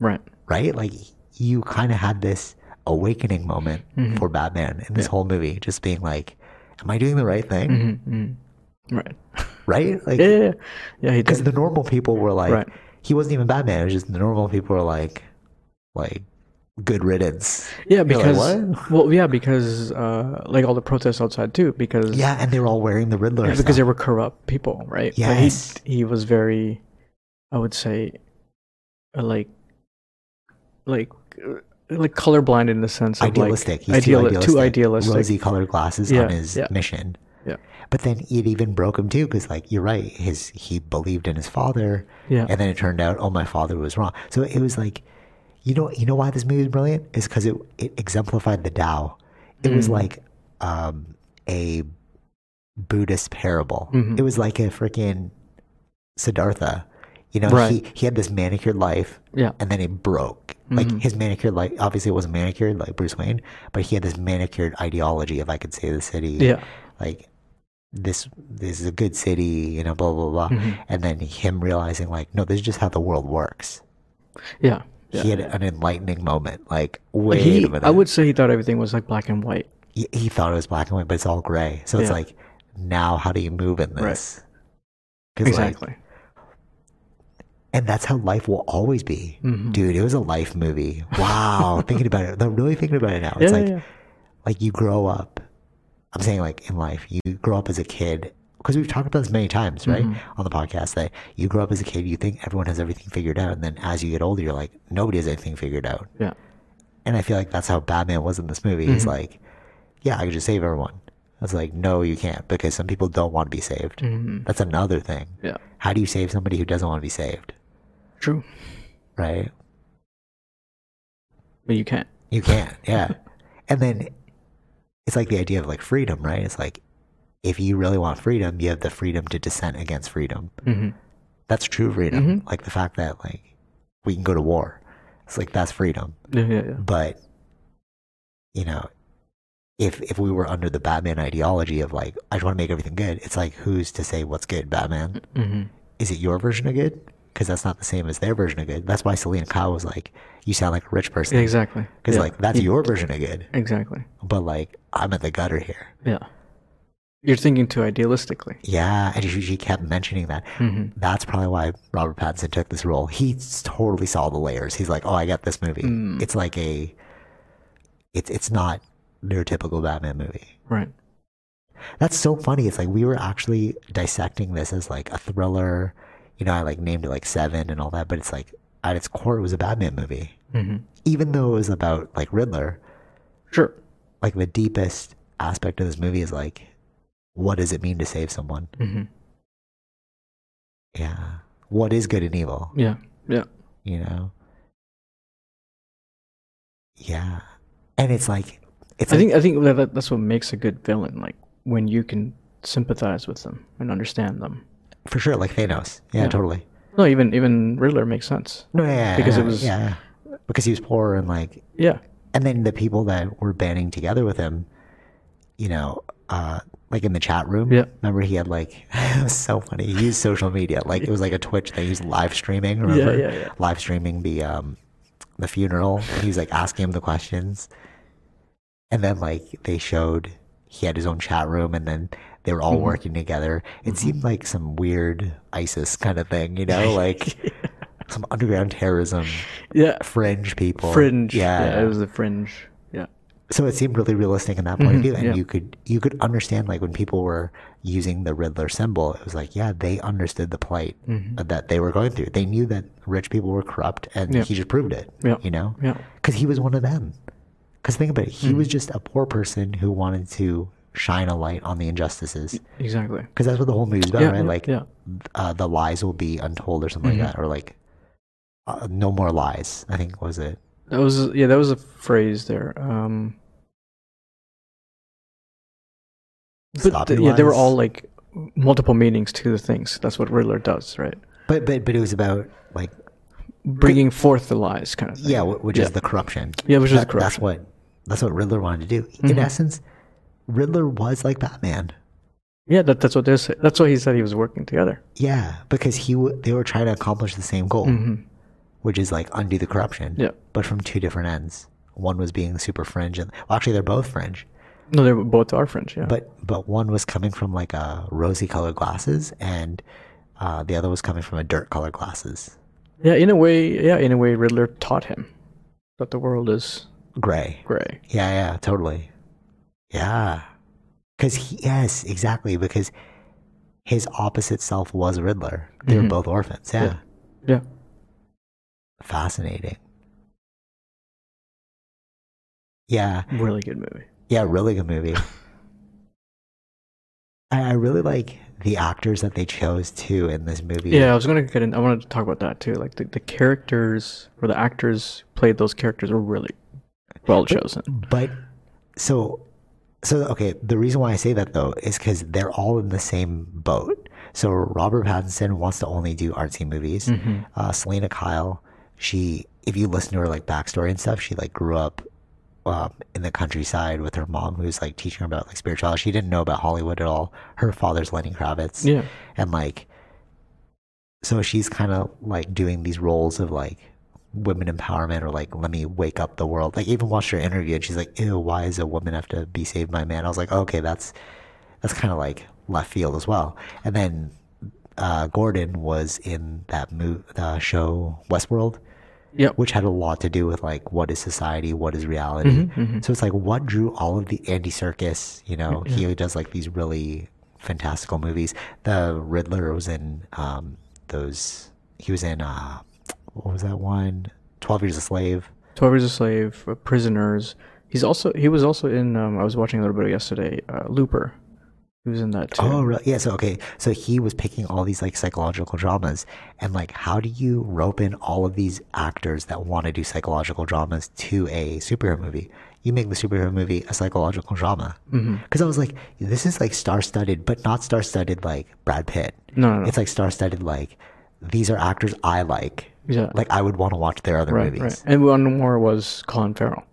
S2: right.
S1: right like you kind of had this awakening moment
S2: Mm-hmm.
S1: for batman in this whole movie just being like am i doing the right thing
S2: Mm-hmm. Right.
S1: right like
S2: Yeah,
S1: because
S2: yeah, yeah. Yeah, he did.
S1: the normal people were like
S2: Right.
S1: he wasn't even batman it was just the normal people were like like good riddance
S2: Yeah,
S1: You're like,
S2: because
S1: what?
S2: well, yeah, because uh, like all the protests outside too, because
S1: yeah and they were all wearing the riddler
S2: Yeah, because
S1: stuff.
S2: they were corrupt people, right? Like,
S1: Yes.
S2: he, he was very, I would say, uh, like, like, uh, like colorblind in the sense of
S1: idealistic.
S2: Like,
S1: He's
S2: ideali-
S1: too
S2: idealistic.
S1: Rosy colored glasses on
S2: Yeah,
S1: his
S2: yeah.
S1: mission.
S2: Yeah.
S1: But then it even broke him too, because like you're right, his he believed in his father.
S2: Yeah.
S1: And then it turned out, oh, my father was wrong. So it was like, you know, you know why this movie is brilliant is because it it exemplified the Tao. It was
S2: Mm.
S1: like um, a Buddhist parable.
S2: Mm-hmm.
S1: It was like a freaking Siddhartha. You know,
S2: Right.
S1: he, he had this manicured life
S2: Yeah. Mm-hmm.
S1: and then it broke. Like his manicured life, obviously it wasn't manicured like Bruce Wayne, but he had this manicured ideology. If I could say the city,
S2: Yeah.
S1: like this, this is a good city, you know, blah blah blah.
S2: Mm-hmm.
S1: And then him realizing, like, no, this is just how the world works.
S2: Yeah. Yeah.
S1: He had an enlightening moment. Like, wait
S2: He,
S1: a minute,
S2: I would say he thought everything was like black and white.
S1: he, he thought it was black and white, but it's all gray. So it's
S2: Yeah.
S1: like, now how do you move in this? 'Cause, like,
S2: Exactly.
S1: And that's how life will always be.
S2: Mm-hmm.
S1: Dude, it was a life movie.
S2: [laughs]
S1: Wow. thinking about it. I'm really thinking about it now. It's
S2: yeah,
S1: like
S2: yeah,
S1: like you grow up. I'm saying like in life, you grow up as a kid. Because we've talked about this many times, right? On the podcast that you grow up as a kid, you think everyone has everything figured out, and then as you get older, you're like, nobody has anything figured out.
S2: yeah.
S1: And I feel like that's how Batman was in this movie. He's like, yeah, I could just save everyone. I was like, no, you can't, because some people don't want to be saved.
S2: Mm-hmm.
S1: That's another thing.
S2: Yeah.
S1: How do you save somebody who doesn't want to be saved?
S2: True.
S1: Right?
S2: But you can't.
S1: You can't, yeah. and then it's like the idea of like freedom, right? It's like if you really want freedom, you have the freedom to dissent against freedom.
S2: Mhm.
S1: That's true freedom.
S2: Mm-hmm.
S1: Like the fact that like we can go to war. It's like that's freedom.
S2: Yeah, yeah, yeah.
S1: But you know, if if we were under the Batman ideology of like I just want to make everything good, it's like who's to say what's good, Batman?
S2: Mhm.
S1: Is it your version of good? Because that's not the same as their version of good. That's why Selena Kyle was like, "You sound like a rich person."
S2: Yeah, Exactly.
S1: Because
S2: yeah.
S1: like that's your version of good,
S2: exactly.
S1: but like I'm at the gutter here.
S2: Yeah. You're thinking too idealistically. Mm-hmm.
S1: Yeah, and she, she kept mentioning that. That's probably why Robert Pattinson took this role. He s- totally saw the layers. He's like, oh, I got this movie. It's like a, it's it's not your typical Batman movie.
S2: Right.
S1: That's so funny. It's like we were actually dissecting this as like a thriller. You know, I like named it like Seven and all that, but it's like at its core, it was a Batman movie. Even though it was about like Riddler,
S2: Mm-hmm. Sure.
S1: like the deepest aspect of this movie is like, what does it mean to save someone?
S2: Mhm.
S1: Mm-hmm. Yeah. What is good and evil?
S2: Yeah. Yeah.
S1: You know? Yeah. And it's like, it's
S2: I
S1: like,
S2: think I think that, that that's what makes a good villain. Like when you can sympathize with them and understand them.
S1: for sure, like Thanos. Yeah,
S2: Yeah.
S1: totally.
S2: No, even even Riddler makes sense.
S1: No, yeah, yeah,
S2: Because it
S1: yeah,
S2: was-
S1: yeah. Because he was poor and like,
S2: Yeah.
S1: and then the people that were banding together with him, you know, uh, like in the chat room.
S2: Yeah.
S1: Remember he had like [laughs] it was so funny. He used social media. Like it was like a Twitch thing. He was live streaming, remember?
S2: yeah, yeah.
S1: Live streaming the um the funeral. [laughs] He was like asking him the questions. And then like they showed he had his own chat room and then they were all
S2: Mm-hmm.
S1: working together. It seemed like some weird ISIS kind of thing, you
S2: [laughs]
S1: know, like some underground terrorism
S2: Yeah.
S1: fringe people.
S2: Fringe.
S1: Yeah.
S2: It was the fringe. Yeah.
S1: so it seemed really realistic in that point of view and
S2: Mm-hmm. yeah.
S1: you could you could understand like when people were using the riddler symbol it was like yeah they understood the plight that they were going through they knew that rich people were corrupt and
S2: Mm-hmm. Yeah.
S1: he just proved it
S2: Yeah.
S1: you know
S2: Yeah. Mm-hmm.
S1: because he was one of them because think about it he was just a poor person who wanted to shine a light on the injustices
S2: Exactly.
S1: because that's what the whole movie's about
S2: Yeah,
S1: right
S2: yeah,
S1: like
S2: yeah. Mm-hmm.
S1: uh, the lies will be untold or something like that or like uh, no more lies i think was it
S2: That was yeah. That was a phrase there. Um. But
S1: Stop
S2: th-
S1: your
S2: yeah, they were
S1: lies.
S2: all like multiple meanings to the things. That's what Riddler does, right?
S1: but but but it was about like
S2: Bringing forth the lies, kind of thing.
S1: Yeah, wh- which
S2: Yeah.
S1: is the corruption.
S2: Yeah, which is the
S1: That- That's
S2: corruption. Mm-hmm.
S1: what that's what Riddler wanted to do. In essence, Riddler was like Batman.
S2: Yeah, that, that's what they say. That's why he said he was working together.
S1: Yeah, because he w- they were trying to accomplish the same goal, which is like undo the corruption.
S2: Mm-hmm. Yeah.
S1: but from two different ends. One was being super fringe, and well, actually they're both fringe.
S2: No, they were both are French. Yeah.
S1: But but one was coming from like a rosy colored glasses, and uh, the other was coming from a dirt colored glasses,
S2: yeah, in a way, yeah, in a way, Riddler taught him that the world is
S1: gray.
S2: gray.
S1: Yeah, yeah, totally. Yeah. Cause he, yes, exactly. Because his opposite self was Riddler. They were both orphans. Yeah.
S2: Mm-hmm. Yeah.
S1: Fascinating. Yeah.
S2: Really good movie.
S1: Yeah. Really good
S2: [laughs]
S1: movie. I, I really like the actors that they chose too in this movie.
S2: Yeah, I was gonna get in. I wanted to talk about that too. Like the, the characters or the actors who played those characters were really well chosen.
S1: But so, so okay. The reason why I say that though is because they're all in the same boat. So Robert Pattinson wants to only do artsy movies.
S2: Mm.
S1: Uh, Selena Kyle, she, if you listen to her like backstory and stuff, she like grew up um, in the countryside with her mom, who's like teaching her about like spirituality. She didn't know about Hollywood at all. Her father's Lenny Kravitz
S2: Yeah,
S1: and like so she's kind of like doing these roles of like women empowerment or like let me wake up the world like even watched her interview and she's like ew why does a woman have to be saved by a man i was like okay that's that's kind of like left field as well and then uh, gordon was in that move the show westworld
S2: Yep.
S1: which had a lot to do with like what is society what is reality so it's like what drew all of the andy circus you know he does like these really fantastical movies the riddler was in um those he was in uh what was that one 12 years a slave
S2: Twelve Years a Slave, uh, Prisoners. He's also he was also in. Um, I was watching a little bit yesterday. Uh, Looper. He was in that too.
S1: Oh, really? Yeah. So, okay. So he was picking all these like psychological dramas. And like, how do you rope in all of these actors that want to do psychological dramas to a superhero movie? You make the superhero movie a psychological drama. Because I was like, this is like star studded, but not star studded like Brad Pitt.
S2: No, no, no.
S1: It's like star studded like these are actors I like.
S2: Yeah.
S1: Like, I would want to watch their other
S2: Right,
S1: movies.
S2: right. And one more was Colin Farrell.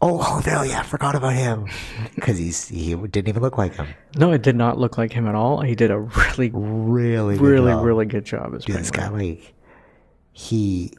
S1: Oh, oh, no. Yeah. I forgot about him. Because he's, he didn't even look like him.
S2: No, it did not look like him at all. He did a [laughs] really,
S1: Really, good
S2: really,
S1: job.
S2: really good job as
S1: Dude,
S2: Penguin.
S1: this guy like he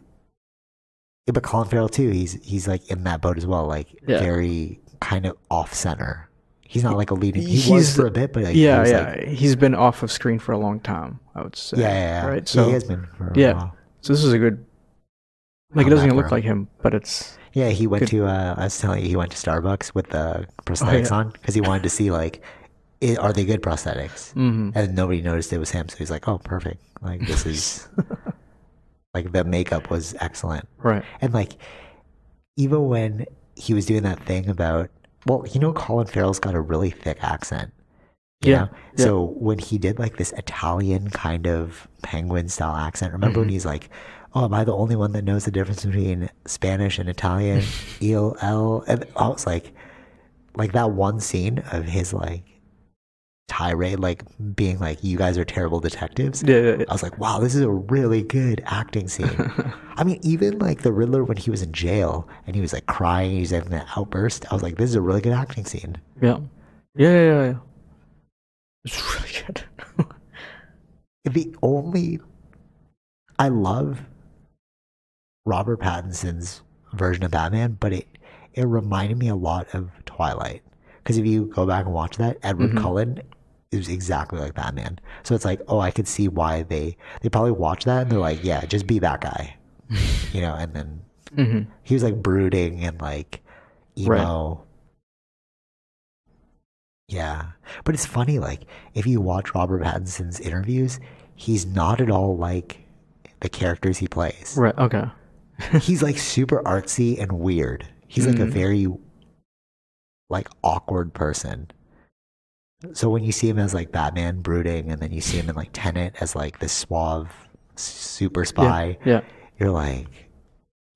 S1: yeah, but Colin Farrell too, he's he's like in that boat as well, like
S2: Yeah.
S1: very kind of off center. He's not like a leading he was
S2: He's-
S1: for a bit, but like, he
S2: Yeah,
S1: was,
S2: yeah.
S1: like-
S2: He's been off of screen for a long time. I would say.
S1: yeah, yeah, yeah.
S2: Right.
S1: yeah,
S2: So
S1: he has been for a
S2: yeah.
S1: while.
S2: So this is a good. Like it
S1: Comeback
S2: doesn't even look
S1: round.
S2: like him, but it's
S1: Yeah, he went to uh, I was telling you he went to Starbucks with
S2: Oh,
S1: the prosthetics on 'cause on because he wanted to see like i are they good prosthetics?
S2: Mhm.
S1: And nobody noticed it was him, so he's like, oh, perfect. Like this
S2: [laughs]
S1: is like the makeup was excellent.
S2: right.
S1: And like, even when he was doing that thing about, well, you know, Colin Farrell's got a really thick accent. you
S2: Yeah,
S1: know?
S2: yeah.
S1: So when he did like this Italian kind of penguin style accent, remember
S2: Mm-hmm.
S1: when he's like, "Oh, am I the only one that knows the difference between Spanish and
S2: [laughs]
S1: Italian?" E L L, and I was like, like that one scene of his like tirade, like being like, "You guys are terrible detectives."
S2: Yeah, yeah, yeah.
S1: I was like, wow, this is a really good acting scene. I mean, even like the Riddler when he was in jail and he was like crying, he's having that outburst. I was like, this is a really good acting scene.
S2: yeah, yeah, yeah, yeah, yeah. It's [laughs] really good.
S1: The only I love Robert Pattinson's version of Batman, but it it reminded me a lot of Twilight. Because if you go back and watch that, Edward
S2: Mhm.
S1: Cullen is exactly like Batman. So it's like, oh, I could see why they they probably watched that and they're like, yeah, just be that guy, you know. And then
S2: hmm
S1: he was like brooding and like
S2: Right.
S1: emo. Yeah, but it's funny. Like if you watch Robert Pattinson's interviews, he's not at all like the characters he plays.
S2: Right. Okay.
S1: He's like super artsy and weird. He's like a
S2: Mm.
S1: very like awkward person. So when you see him as like Batman brooding, and then you see him in like Tenet as like this suave super spy,
S2: Yeah.
S1: you're like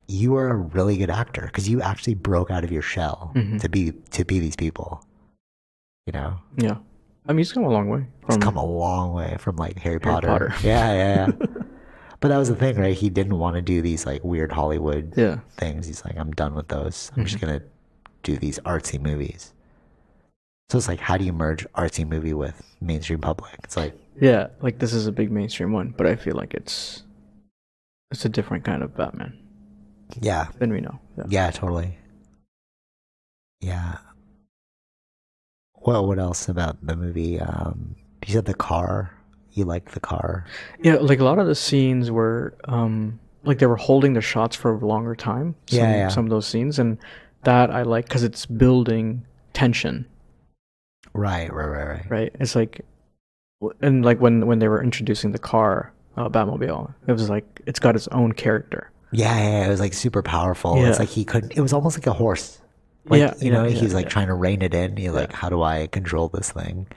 S1: you are a really good actor because you actually broke out of your shell
S2: Mhm.
S1: to be to be these people you know
S2: Yeah. I mean, he's come a long way. From,
S1: it's come a long way from like harry, potter.
S2: Potter.
S1: yeah yeah
S2: [laughs]
S1: yeah but that was the thing right he didn't want to do these like weird hollywood
S2: Yeah.
S1: things he's like i'm done with those i'm just gonna do these artsy movies so it's like how do you merge artsy movie with mainstream public it's like
S2: Yeah. Like this is a big mainstream one, but I feel like it's it's a different kind of Batman
S1: yeah
S2: than we know. Yeah.
S1: Yeah, totally. Yeah. Well, what else about the movie? Um, you said the car. You liked the car.
S2: Yeah, like a lot of the scenes were um like they were holding the shots for a longer time. Some,
S1: Yeah, yeah.
S2: some of those scenes and that I like cuz it's building tension,
S1: Right, right, right, right.
S2: right? It's like w- and like when when they were introducing the car uh, Batmobile, it was like it's got its own character.
S1: Yeah, yeah, yeah, it was like super powerful. It's
S2: Yeah.
S1: like he couldn't. It was almost like a horse. Like,
S2: Yeah,
S1: you know,
S2: yeah, yeah,
S1: he's like
S2: yeah.
S1: trying to rein it in. You're like, how do I control this thing?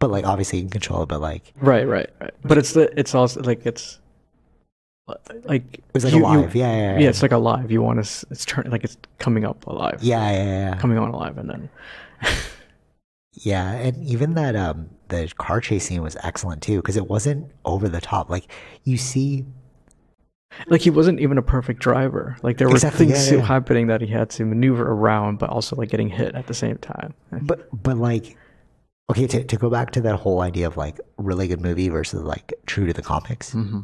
S1: But like, obviously, you can control it. But like, it
S2: Right, right, right. But it's the it's also like it's like it
S1: was like alive. yeah, yeah, yeah,
S2: yeah, it's like alive. You want to it's turn like it's coming up alive.
S1: yeah, yeah, yeah, yeah.
S2: Coming on alive and then
S1: Yeah, and even that um the car chase scene was excellent too because it wasn't over the top. Like you see
S2: like he wasn't even a perfect driver. Like there were
S1: Exactly,
S2: things
S1: yeah,
S2: still
S1: yeah.
S2: happening that he had to maneuver around, but also like getting hit at the same time.
S1: But but like okay, to to go back to that whole idea of like really good movie versus like true to the comics.
S2: Mm-hmm.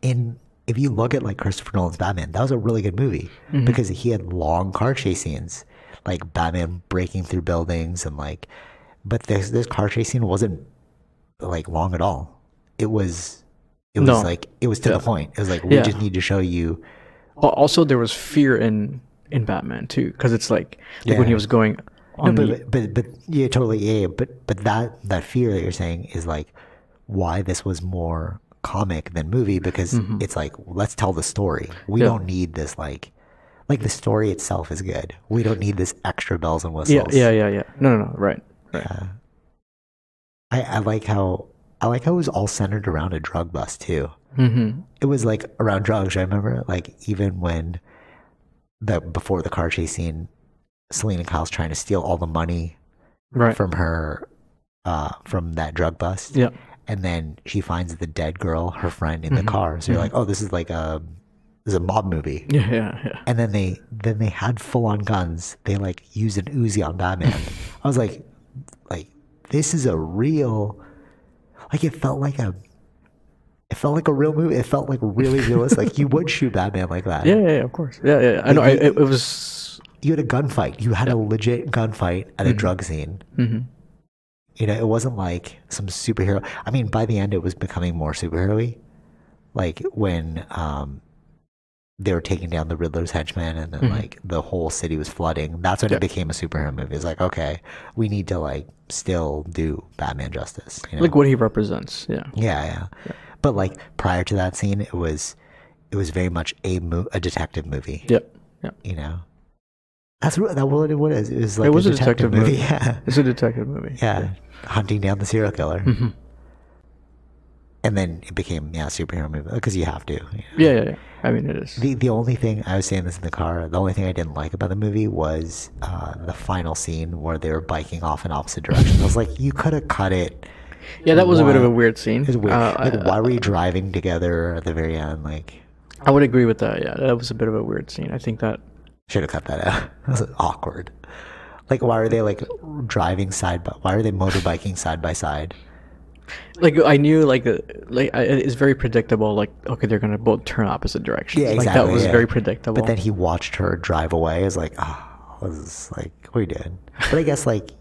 S1: In if you look at like Christopher Nolan's Batman, that was a really good movie
S2: Mm-hmm.
S1: because he had long car chase scenes, like Batman breaking through buildings and like but this this car chase scene wasn't like long at all. It was it was
S2: No.
S1: like it was to the point. It was like we
S2: Yeah.
S1: just need to show you
S2: Also, there was fear in in Batman too, because it's like like when he
S1: Yeah.
S2: was going
S1: No,
S2: on the
S1: but, but but yeah, totally. Yeah, yeah, but but that that fear that you're saying is like why this was more comic than movie because it's like let's tell the story. We
S2: Mm-hmm. Yeah.
S1: don't need this like like the story itself is good. We don't need this extra bells and
S2: yeah
S1: whistles.
S2: yeah yeah yeah no no no right right
S1: Yeah. I I like how I like how it was all centered around a drug bust too
S2: mm-hmm.
S1: it was like around drugs. I remember like even when the before the car chase scene, Selena Kyle's trying to steal all the money
S2: right
S1: from her uh from that drug bust.
S2: yeah
S1: And then she finds the dead girl, her friend, in
S2: Mm-hmm.
S1: the car. So you're like, oh, this is like a this is a mob movie.
S2: yeah yeah yeah
S1: And then they then they had full on guns. They like used an Uzi on
S2: [laughs]
S1: Batman. I was like, like this is a real, like it felt like a, it felt like a real movie. It felt like really realistic. like you
S2: [laughs]
S1: would shoot Batman like that.
S2: yeah yeah, yeah of course yeah yeah, yeah. I know I, it, it was
S1: You had a gunfight. You had a legit gunfight at a
S2: Mm-hmm.
S1: drug scene.
S2: Mhm.
S1: You know, it wasn't like some superhero. I mean, by the end, it was becoming more superhero-y. Like when um, they were taking down the Riddler's henchmen, and then like the whole city was flooding. That's when it became a superhero movie. It's like, okay, we need to like still do Batman justice. You know?
S2: like what he represents yeah
S1: Yeah, yeah, But like prior to that scene, it was it was very much a mo- a detective movie.
S2: yeah yeah
S1: You know, that's what that what it was. It was like
S2: was
S1: a detective, movie. [laughs] Yeah,
S2: it's a detective movie
S1: yeah, hunting down the serial killer.
S2: Mm-hmm.
S1: And then it became yeah superhero movie because you have to. you know.
S2: yeah yeah yeah I mean it is
S1: The the only thing I was saying this in the car. The only thing I didn't like about the movie was uh, the final scene where they were biking off in opposite directions. I was like, you could have cut it.
S2: yeah that was a bit of a
S1: Why-
S2: weird scene
S1: It was weird.
S2: Uh, I-
S1: like, why were you driving together at the very end? Like,
S2: I would agree with that. Yeah, that was a bit of a weird scene. I think that
S1: [laughs] Should have cut that out. That was awkward. Like, why are they like driving side by? Why are they motorbiking side by side?
S2: Like I knew, like the like I, it's very predictable. Like okay, they're gonna both turn opposite directions.
S1: Yeah,
S2: Like
S1: exactly,
S2: that was
S1: yeah.
S2: very predictable.
S1: But then he watched her drive away. Is like, ah, this is like what are you doing? But I guess like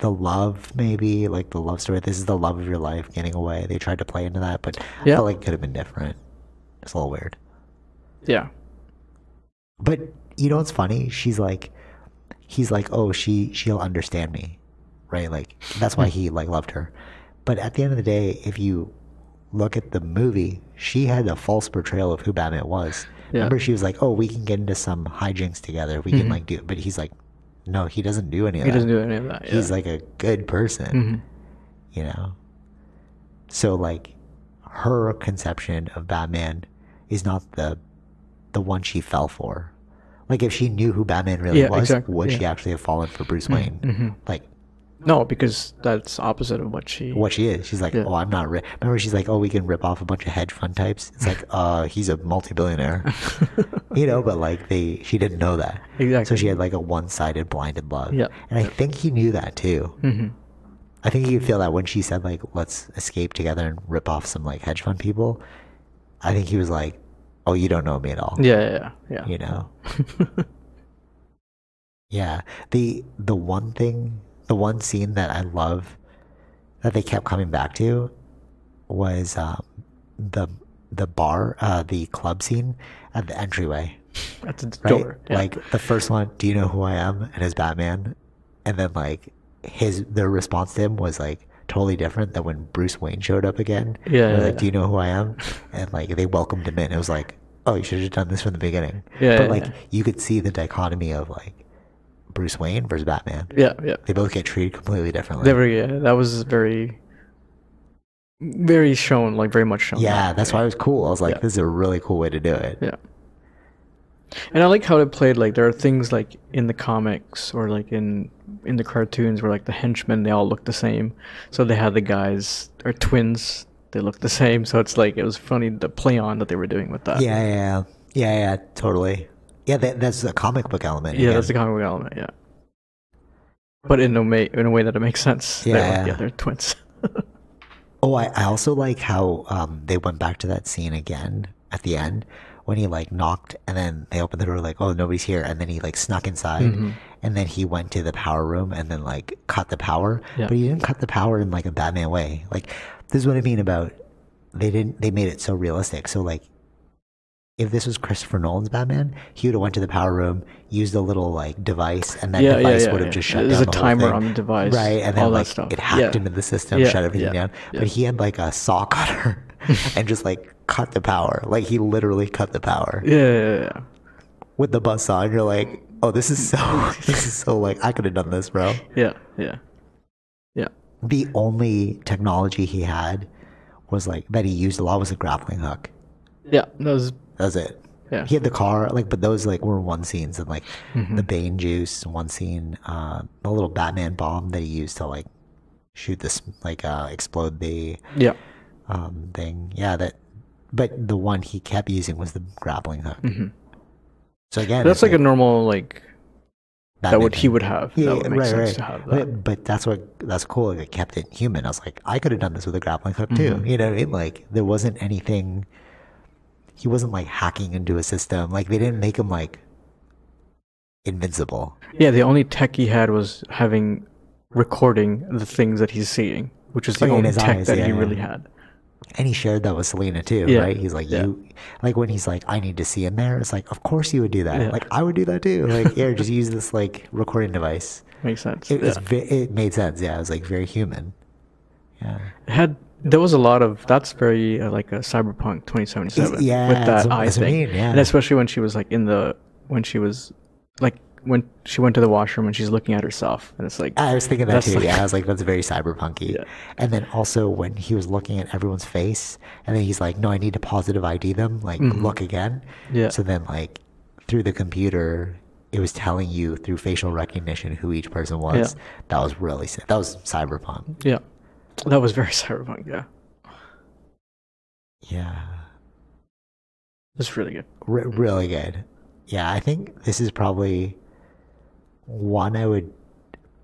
S1: the love, maybe like the love story. This is the love of your life getting away. They tried to play into that, but I
S2: Yeah.
S1: felt like it could have been different. It's a little weird.
S2: yeah,
S1: But you know what's funny? She's like, he's like, oh, she she'll understand me, right? Like that's why he like loved her. But at the end of the day, if you look at the movie, she had a false portrayal of who Batman was.
S2: Yeah. Mm-hmm.
S1: Remember, she was like, oh, we can get into some hijinks together. We can like do. But he's like, no, he doesn't do any of
S2: he
S1: that.
S2: doesn't do any of that.
S1: he's
S2: yeah.
S1: like a good person
S2: Mhm.
S1: you know so like her conception of batman is not the the one she fell for like if she knew who batman really
S2: Yeah,
S1: was
S2: exactly,
S1: would
S2: yeah. Mm-hmm.
S1: she actually have fallen for bruce wayne like
S2: no, because that's opposite of what
S1: [laughs]
S2: she. [laughs]
S1: what she is she's like
S2: Yeah.
S1: oh i'm not ri-. remember she's like oh we can rip off a bunch of hedge fund types it's
S2: [laughs]
S1: like uh he's a multi-billionaire you know but like they she didn't know that so
S2: Exactly.
S1: she had like a one-sided blinded love
S2: Yeah. Mm-hmm.
S1: and i think he knew that too I think you could feel that when she said like, "Let's escape together and rip off some like hedge fund people." I think he was like, "Oh, you don't know me at all,"
S2: Yeah, yeah, yeah.
S1: you
S2: [laughs]
S1: know. yeah, the the one thing, the one scene that I love that they kept coming back to was um, the the bar, uh, the club scene at the entryway
S2: That's a
S1: right?
S2: door. Yeah.
S1: Like the first one, do you know who I am? And his Batman, and then like his their response to him was like totally different than when Bruce Wayne showed up again.
S2: Yeah,
S1: And they're
S2: yeah,
S1: like
S2: yeah.
S1: do you know who I am? And like they welcomed him in. It was like, oh, you should have done this from the beginning.
S2: Yeah,
S1: but
S2: yeah,
S1: like
S2: yeah.
S1: you could see the dichotomy of like Bruce Wayne versus Batman.
S2: yeah, yeah.
S1: They both get treated completely differently.
S2: Very, yeah. That was very, very shown. Like very much shown.
S1: yeah, that's why it was cool. I was like,
S2: Yeah.
S1: this is a really cool way to do it.
S2: Yeah. And I like how it played. Like there are things like in the comics or like in in the cartoons where like the henchmen they all look the same. So they had the guys or twins. They look the same. So it's like it was funny the play on that they were doing with that.
S1: Yeah, yeah, yeah, yeah, yeah, totally. Yeah, that, that's a comic book element.
S2: Yeah,
S1: again.
S2: that's the comic book element. Yeah. But in a way, in a way that it makes sense. They're,
S1: Yeah.
S2: like, yeah, they're twins.
S1: Oh, I, I also like how um, they went back to that scene again at the end when he like knocked and then they opened the door like, oh, nobody's here. And then he like snuck inside
S2: Mm-hmm.
S1: and then he went to the power room and then like cut the power.
S2: Yeah.
S1: But he didn't cut the power in like a Batman way. Like this is what I mean about they didn't, they made it so realistic. So like if this was Christopher Nolan's Batman, he would have went to the power room, used a little like device and that
S2: yeah, yeah,
S1: device
S2: yeah.
S1: would have
S2: yeah.
S1: just shut
S2: There's
S1: down
S2: a
S1: the whole
S2: timer
S1: thing.
S2: on the device.
S1: Right, and then
S2: all
S1: like
S2: that stuff.
S1: it hacked
S2: yeah.
S1: into the system,
S2: Yeah,
S1: shut everything
S2: yeah,
S1: down. But he had like a saw
S2: [laughs]
S1: cutter and just like cut the power. Like he literally cut the power
S2: Yeah, yeah, yeah.
S1: with the bus on. You're like, oh, this is so, [laughs] this is so like I could have done this, bro.
S2: Yeah, yeah. Yeah.
S1: The only technology he had was like that he used a lot was a grappling hook.
S2: Yeah. That was
S1: That's it.
S2: Yeah.
S1: He had the car, like, but those like were one scenes and like
S2: Mm-hmm.
S1: the Bane juice, one scene, uh, the little Batman bomb that he used to like shoot this, like, uh, explode the
S2: yeah.
S1: um, thing. Yeah, that. But the one he kept using was the grappling hook. So again,
S2: Mm-hmm. That's
S1: it's
S2: like a normal like that
S1: Batman
S2: would he
S1: thing.
S2: would have. that would make sense to have that.
S1: But, but that's what that's cool. It kept it human. I was like, I could have done this with a grappling hook too.
S2: Mm-hmm.
S1: You know what I mean? Like there wasn't anything. He wasn't like hacking into a system. Like they didn't make him like invincible.
S2: Yeah, the only tech he had was having recording the things that he's seeing, which is the
S1: Oh, yeah, in
S2: only
S1: his
S2: tech
S1: eyes,
S2: that
S1: yeah,
S2: he
S1: yeah.
S2: really had.
S1: And he shared that with Selena too,
S2: Yeah.
S1: right? He's like,
S2: Yeah.
S1: you, like when he's like, I need to see in there. It's like, of course you would do that. Like I would do that too. Like here, just use this like recording device.
S2: Makes sense.
S1: It
S2: yeah.
S1: was ve- it made sense. Yeah, it was like very human. Yeah,
S2: It had there was a lot of that's very uh, like a cyberpunk 2077
S1: yeah,
S2: with
S1: that's
S2: that
S1: what-
S2: eye
S1: that's what I
S2: thing,
S1: mean, yeah.
S2: and especially when she was like in the when she was like when she went to the washroom and she's looking at herself, and it's like
S1: I was thinking that
S2: That's
S1: too.
S2: like-
S1: yeah, I was like, that's very cyberpunky.
S2: Yeah.
S1: And then also when he was looking at everyone's face, and then he's like, no, I need to positive ID them. Like look again.
S2: Mm-hmm. Yeah.
S1: So then like through the computer, it was telling you through facial recognition who each person was.
S2: Yeah.
S1: That was really si- that was cyberpunk.
S2: yeah, that was very [laughs] cyberpunk. Yeah,
S1: Yeah,
S2: that's really good.
S1: Re really good. Yeah, I think this is probably one I would.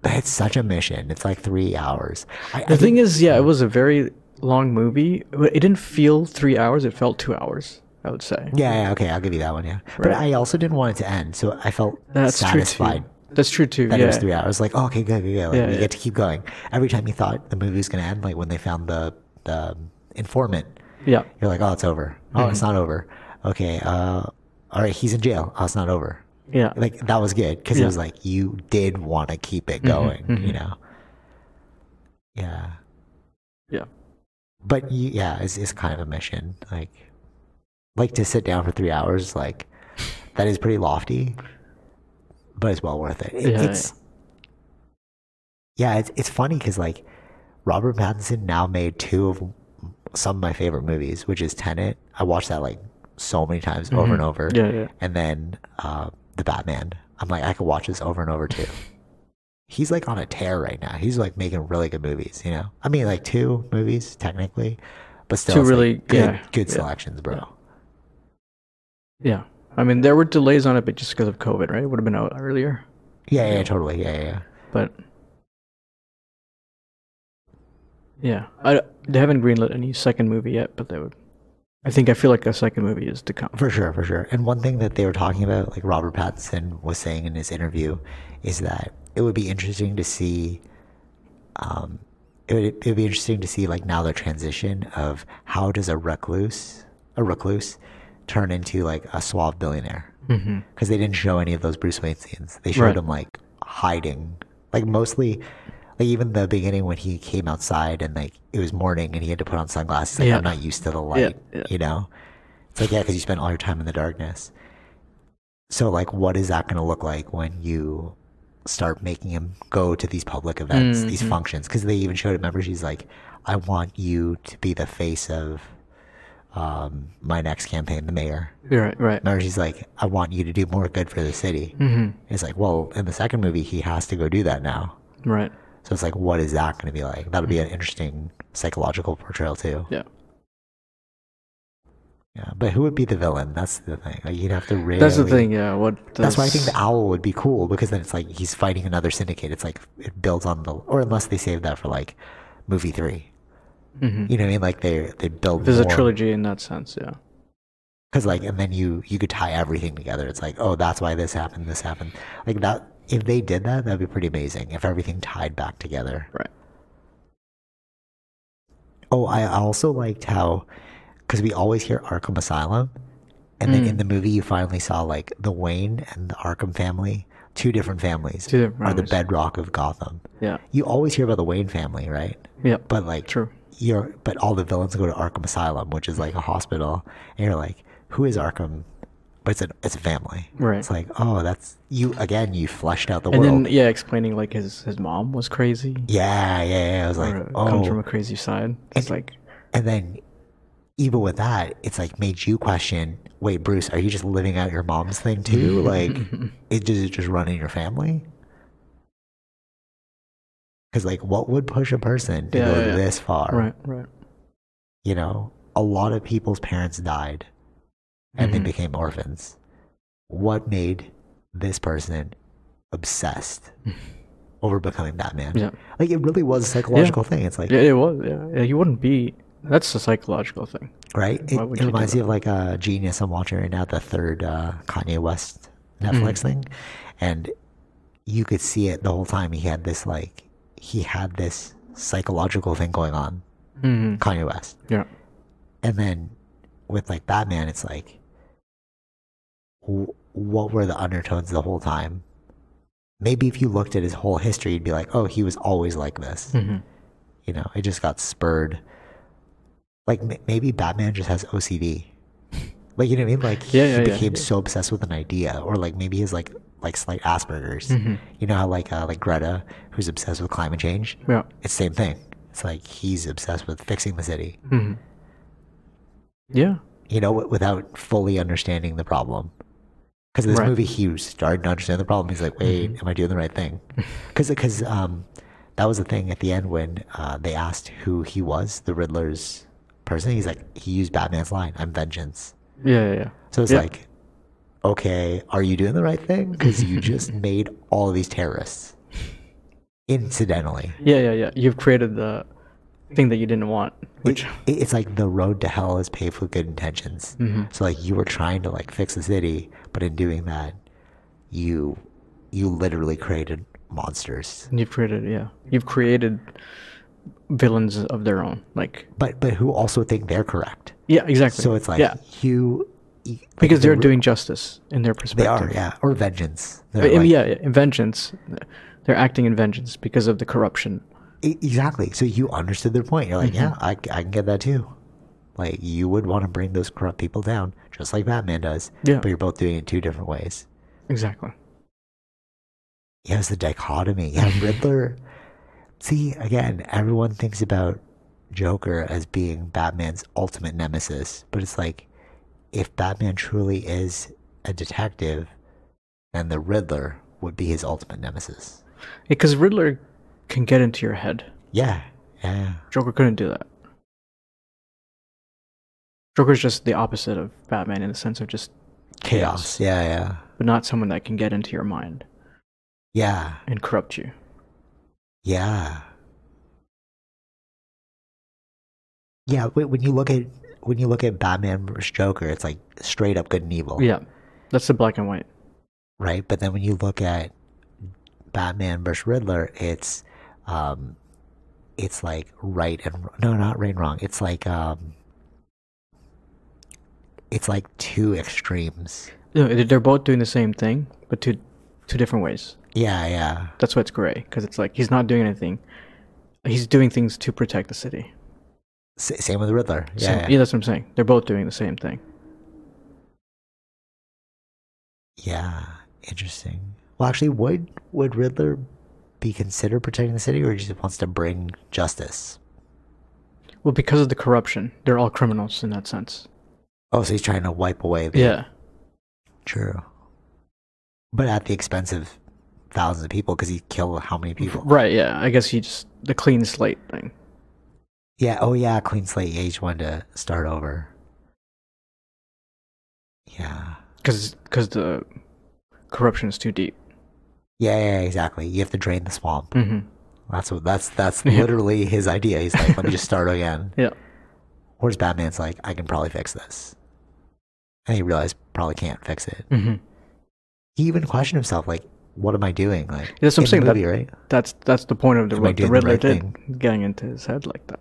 S1: It's such a mission. It's like three hours. I,
S2: The
S1: I
S2: thing
S1: think
S2: is, yeah, it was a very long movie. but It didn't feel three hours. It felt two hours. I would say.
S1: yeah, yeah, okay, I'll give you that one. Yeah, but
S2: Right.
S1: I also didn't want it to end, so I felt
S2: That's
S1: satisfied
S2: true too. That's true too.
S1: that
S2: yeah.
S1: it was three hours. Like, oh, okay, good, good, good. Like,
S2: Yeah,
S1: we
S2: yeah.
S1: get to keep going. Every time you thought the movie was gonna end, like when they found the the informant,
S2: Yeah.
S1: you're like, oh, it's over. Oh, it's
S2: Mm-hmm.
S1: not over. Okay, uh, all right, he's in jail. Oh, it's not over.
S2: Yeah.
S1: Like that was good because it
S2: Yeah.
S1: was
S2: Mm-hmm,
S1: like you did want to keep it going, you know. Yeah,
S2: Yeah.
S1: but you, yeah, it's it's kind of a mission. Like, like to sit down for three hours, like that is pretty lofty, but it's well worth it. It-
S2: Yeah,
S1: it's yeah, it's it's funny because like Robert Pattinson now made two of some of my favorite movies, which is Tenet. I watched that like so many times
S2: Mm-hmm.
S1: over and over.
S2: Yeah. Yeah.
S1: And then uh, the Batman. I'm like, I could watch this over and over
S2: [laughs]
S1: too. He's like on a tear right now. He's like making really good movies, you know. I mean, like two movies technically, but still
S2: Two
S1: it's, like,
S2: really-
S1: good,
S2: yeah,
S1: good
S2: yeah.
S1: selections, bro.
S2: Yeah. I mean, there were delays on it, but just because of COVID, right? It would have been out earlier.
S1: Yeah, yeah, totally. Yeah, yeah, yeah.
S2: But yeah, I, they haven't greenlit any second movie yet, but they would. I think I feel like a second movie is to come.
S1: For sure, for sure. And one thing that they were talking about, like Robert Pattinson was saying in his interview, is that it would be interesting to see. Um, it would it would be interesting to see like now the transition of how does a recluse a recluse turn into like a suave billionaire
S2: Mm-hmm.
S1: because they didn't show any of those Bruce Wayne scenes. They
S2: Right.
S1: showed him like hiding, like mostly, like even the beginning when he came outside and like it was morning and he had to put on sunglasses. Like
S2: Yeah.
S1: I'm not used to the light,
S2: yeah.
S1: you know. It's like yeah, because you spend all your time in the darkness. So like, what is that going to look like when you start making him go to these public events,
S2: Mm-hmm.
S1: these functions? Because they even showed it. Remember, she's like, I want you to be the face of um, my next campaign, the mayor.
S2: Right. Right.
S1: Remember, she's like, I want you to do more good for the city.
S2: Mm-hmm.
S1: It's like, well, in the second movie, he has to go do that now.
S2: Right.
S1: So it's like, what is that going to be like? That'll be
S2: Mm-hmm.
S1: an interesting psychological portrayal, too.
S2: Yeah.
S1: Yeah. But who would be the villain? That's the thing. Like, you'd have to really.
S2: That's the thing. Yeah. What?
S1: That's why I think
S2: does-
S1: the owl would be cool because then it's like he's fighting another syndicate. It's like, it builds on the. Or unless they save that for like movie 3
S2: Mhm.
S1: You know what I mean? Like, they they build.
S2: There's a
S1: more.
S2: trilogy in that sense. Yeah.
S1: Cause like, and then you you could tie everything together. It's like, oh, that's why this happened, this happened. Like that. If they did that, that'd be pretty amazing. If everything tied back together.
S2: Right.
S1: Oh, I I also liked how, because we always hear Arkham Asylum, and
S2: Mm.
S1: then in the movie you finally saw like the Wayne and the Arkham family, two different families,
S2: Two different
S1: are the
S2: families.
S1: bedrock of Gotham.
S2: Yeah.
S1: You always hear about the Wayne family, right?
S2: Yep.
S1: But like,
S2: True.
S1: you're but all the villains go to Arkham Asylum, which is like a hospital, and you're like, who is Arkham? But it's a it's a family.
S2: Right.
S1: It's like, oh, that's you again. You fleshed out the
S2: and
S1: world.
S2: then yeah, explaining like his his mom was crazy.
S1: yeah, yeah, yeah. I was like,
S2: or comes from
S1: oh,
S2: a crazy side. It's like
S1: and then even with that, it's like made you question. Wait, Bruce, are you just living out your mom's thing
S2: [laughs]
S1: too? like, it does it just run in your family? Because like, what would push a person to
S2: Yeah,
S1: go
S2: yeah, yeah.
S1: this far?
S2: right, right.
S1: you know, a lot of people's parents died and they
S2: Mhm.
S1: became orphans. What made this person
S2: [laughs]
S1: obsessed over becoming Batman?
S2: Yeah.
S1: Like it really was a psychological thing. It's like,
S2: Yeah, it was. Yeah, yeah. You wouldn't be. That's a psychological thing.
S1: right? It,
S2: Why would
S1: it
S2: you do
S1: reminds me of like a genius I'm watching right now, the third uh, Kanye West
S2: Mm-hmm.
S1: Netflix thing. And you could see it the whole time. He had this like, he had this psychological thing going on,
S2: Mm-hmm.
S1: Kanye West.
S2: Yeah.
S1: and then with like Batman, it's like, w- what were the undertones the whole time? Maybe if you looked at his whole history, you'd be like, oh, he was always like this.
S2: Mm-hmm.
S1: You know, it just got spurred. Like m- maybe Batman just has
S2: [laughs]
S1: OCD. Like you know what I mean? Like
S2: Yeah,
S1: he
S2: yeah, yeah,
S1: became
S2: yeah.
S1: so obsessed with an idea, or like maybe his like like slight Asperger's.
S2: Mhm.
S1: You know how like uh, like Greta, who's obsessed with climate change.
S2: Yeah.
S1: It's same thing. It's like he's obsessed with fixing the city
S2: Mm-hmm. Yeah.
S1: you know, w- without fully understanding the problem. Because this
S2: Right. Mm-hmm.
S1: movie, he started to understand the problem. He's like, wait, am I doing the right
S2: [laughs]
S1: thing? Because because um, that was the thing at the end when uh, they asked who he was, the Riddler's person. He's like, he used Batman's line, "I'm vengeance."
S2: Yeah. Yeah. yeah.
S1: So it's
S2: Yeah.
S1: like, okay, are you doing the right thing? Because you
S2: [laughs]
S1: just made all of these terrorists. Incidentally,
S2: Yeah, yeah, yeah. You've created the thing that you didn't want, which
S1: It- it- it's like the road to hell is paved with good intentions.
S2: Mm-hmm.
S1: So like you were trying to like fix the city, but in doing that, you you literally created monsters.
S2: you've created. Yeah, you've created villains of their own. Like,
S1: But but who also think they're correct.
S2: yeah, exactly.
S1: So it's like
S2: yeah,
S1: you you- like,
S2: because they're
S1: the-
S2: doing justice in their
S1: they
S2: perspective.
S1: are yeah or vengeance. They're
S2: I mean,
S1: like-
S2: yeah, yeah, in vengeance. They're acting in vengeance because of the corruption.
S1: E- Exactly. So you understood their point. You're like,
S2: Mm-hmm.
S1: yeah, I, I can get that too. Like, you would want to bring those corrupt people down, just like Batman does.
S2: Yeah.
S1: But you're both doing it in two different ways.
S2: Exactly.
S1: Yeah, it's the dichotomy. Yeah, Riddler. See, again, everyone thinks about Joker as being Batman's ultimate nemesis. But it's like, if Batman truly is a detective, then the Riddler would be his ultimate nemesis.
S2: Because Riddler can get into your head.
S1: Yeah. Yeah.
S2: Joker couldn't do that. Joker's just the opposite of Batman in the sense of just
S1: Chaos. Yeah, yeah.
S2: but not someone that can get into your mind
S1: Yeah.
S2: and corrupt you.
S1: Yeah. Yeah, wh- when you look at when you look at Batman versus Joker, it's like straight up good and evil,
S2: Yeah. That's the black and white.
S1: right? But then when you look at Batman versus Riddler, it's um it's like right and no, not right and wrong. It's like um it's like two extremes.
S2: No, they- they're both doing the same thing, but two two different ways.
S1: Yeah, yeah.
S2: That's why it's gray because it's like he's not doing anything. He's doing things to protect the city.
S1: S- same with Riddler.
S2: So,
S1: Yeah,
S2: yeah, that's what I'm saying. They're both doing the same thing.
S1: Yeah, interesting. Well, actually, would would Riddler be considered protecting the city, or just wants to bring justice?
S2: Well, because of the corruption, they're all criminals in that sense.
S1: Oh, so he's trying to wipe away the
S2: Yeah.
S1: true, but at the expense of thousands of people because he killed how many people?
S2: Right, yeah. I guess he just the clean slate thing.
S1: Yeah. Oh, yeah. Clean slate. Yeah, he just wanted to start over. Yeah.
S2: Cuz cuz the corruption is too deep.
S1: Yeah. Yeah. Exactly. You have to drain the swamp.
S2: Mhm.
S1: That's what. That's that's
S2: [laughs] Yeah.
S1: literally his idea. He's like, let me just
S2: [laughs]
S1: start again.
S2: Yeah.
S1: Whereas Batman's like, I can probably fix this. And he realized probably can't fix it.
S2: Mhm.
S1: He even questioned himself, like, what am I doing? Like
S2: That's what I'm
S1: in
S2: saying,
S1: The
S2: that-
S1: movie, right?
S2: That's that's the point of the,
S1: Am I
S2: what the
S1: doing the
S2: Riddler
S1: right
S2: did getting into his head like that.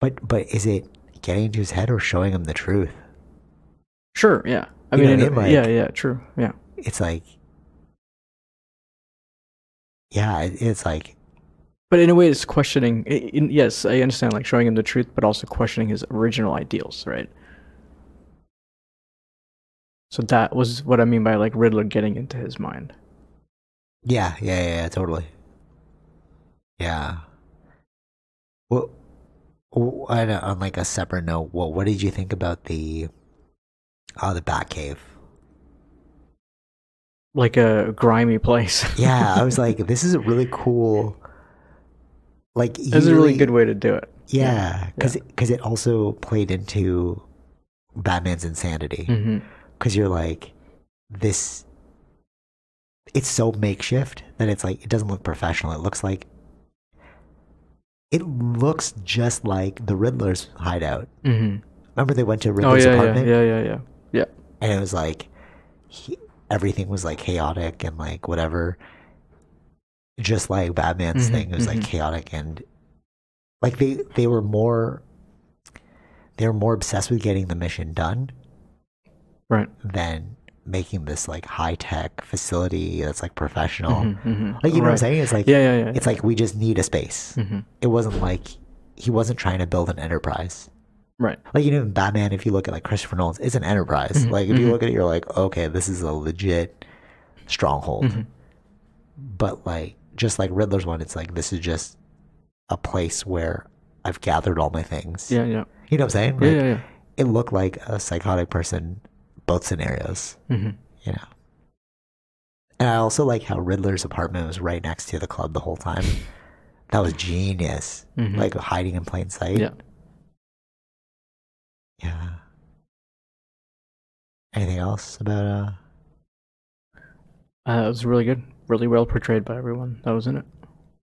S1: But but is it getting into his head or showing him the truth?
S2: Sure, yeah. I
S1: You
S2: mean,
S1: know
S2: in
S1: what I
S2: a-
S1: mean?
S2: yeah,
S1: Like-
S2: yeah, true, yeah.
S1: It's like Yeah, it- it's like
S2: But in a way, it's questioning. i- In, yes, I understand, like showing him the truth, but also questioning his original ideals, right? So that was what I mean by like Riddler getting into his mind.
S1: yeah, yeah, yeah, yeah totally. Yeah. Well, w- on a- on like a separate note, what what did you think about the uh the Batcave?
S2: Like a grimy place.
S1: [laughs] Yeah, I was like, this is a really cool. Like,
S2: This is a really good way to do it.
S1: Yeah, because it also played into Batman's insanity.
S2: hmm
S1: Because you're like, this. It's so makeshift that it's like it doesn't look professional. It looks like. It looks just like the Riddler's hideout.
S2: hmm
S1: Remember they went to
S2: Oh
S1: Riddler's
S2: yeah, yeah,
S1: apartment,
S2: yeah, yeah, yeah, yeah.
S1: and it was like, he, everything was like chaotic and like whatever. Just like Batman's
S2: Mhm,
S1: thing, it was like
S2: mhm.
S1: chaotic and like they they were more they were more obsessed with getting the mission done
S2: Right.
S1: than making this like high tech facility that's like professional.
S2: hmm
S1: Oh. Like you know what I'm
S2: Right.
S1: saying? It's like
S2: Yeah, yeah, yeah.
S1: it's like we just need a space.
S2: hmm
S1: It wasn't like he wasn't trying to build an enterprise.
S2: Right.
S1: Like you know, in Batman. If you look at like Christopher Nolan's, it's an enterprise.
S2: Mm-hmm.
S1: Like if you look at it, you're like, okay, this is a legit stronghold.
S2: Mm-hmm.
S1: But like, just like Riddler's one, it's like this is just a place where I've gathered all my things.
S2: Yeah, yeah,
S1: You know what I'm saying?
S2: yeah,
S1: Like,
S2: yeah, yeah.
S1: It looked like a psychotic person. Both scenarios,
S2: hmm
S1: you know. And I also like how Riddler's apartment was right next to the club the whole time. that was genius.
S2: Mhm.
S1: Like hiding in plain sight.
S2: Yeah.
S1: Yeah. Anything else about uh
S2: Uh, it was really good, really well portrayed by everyone that was in it.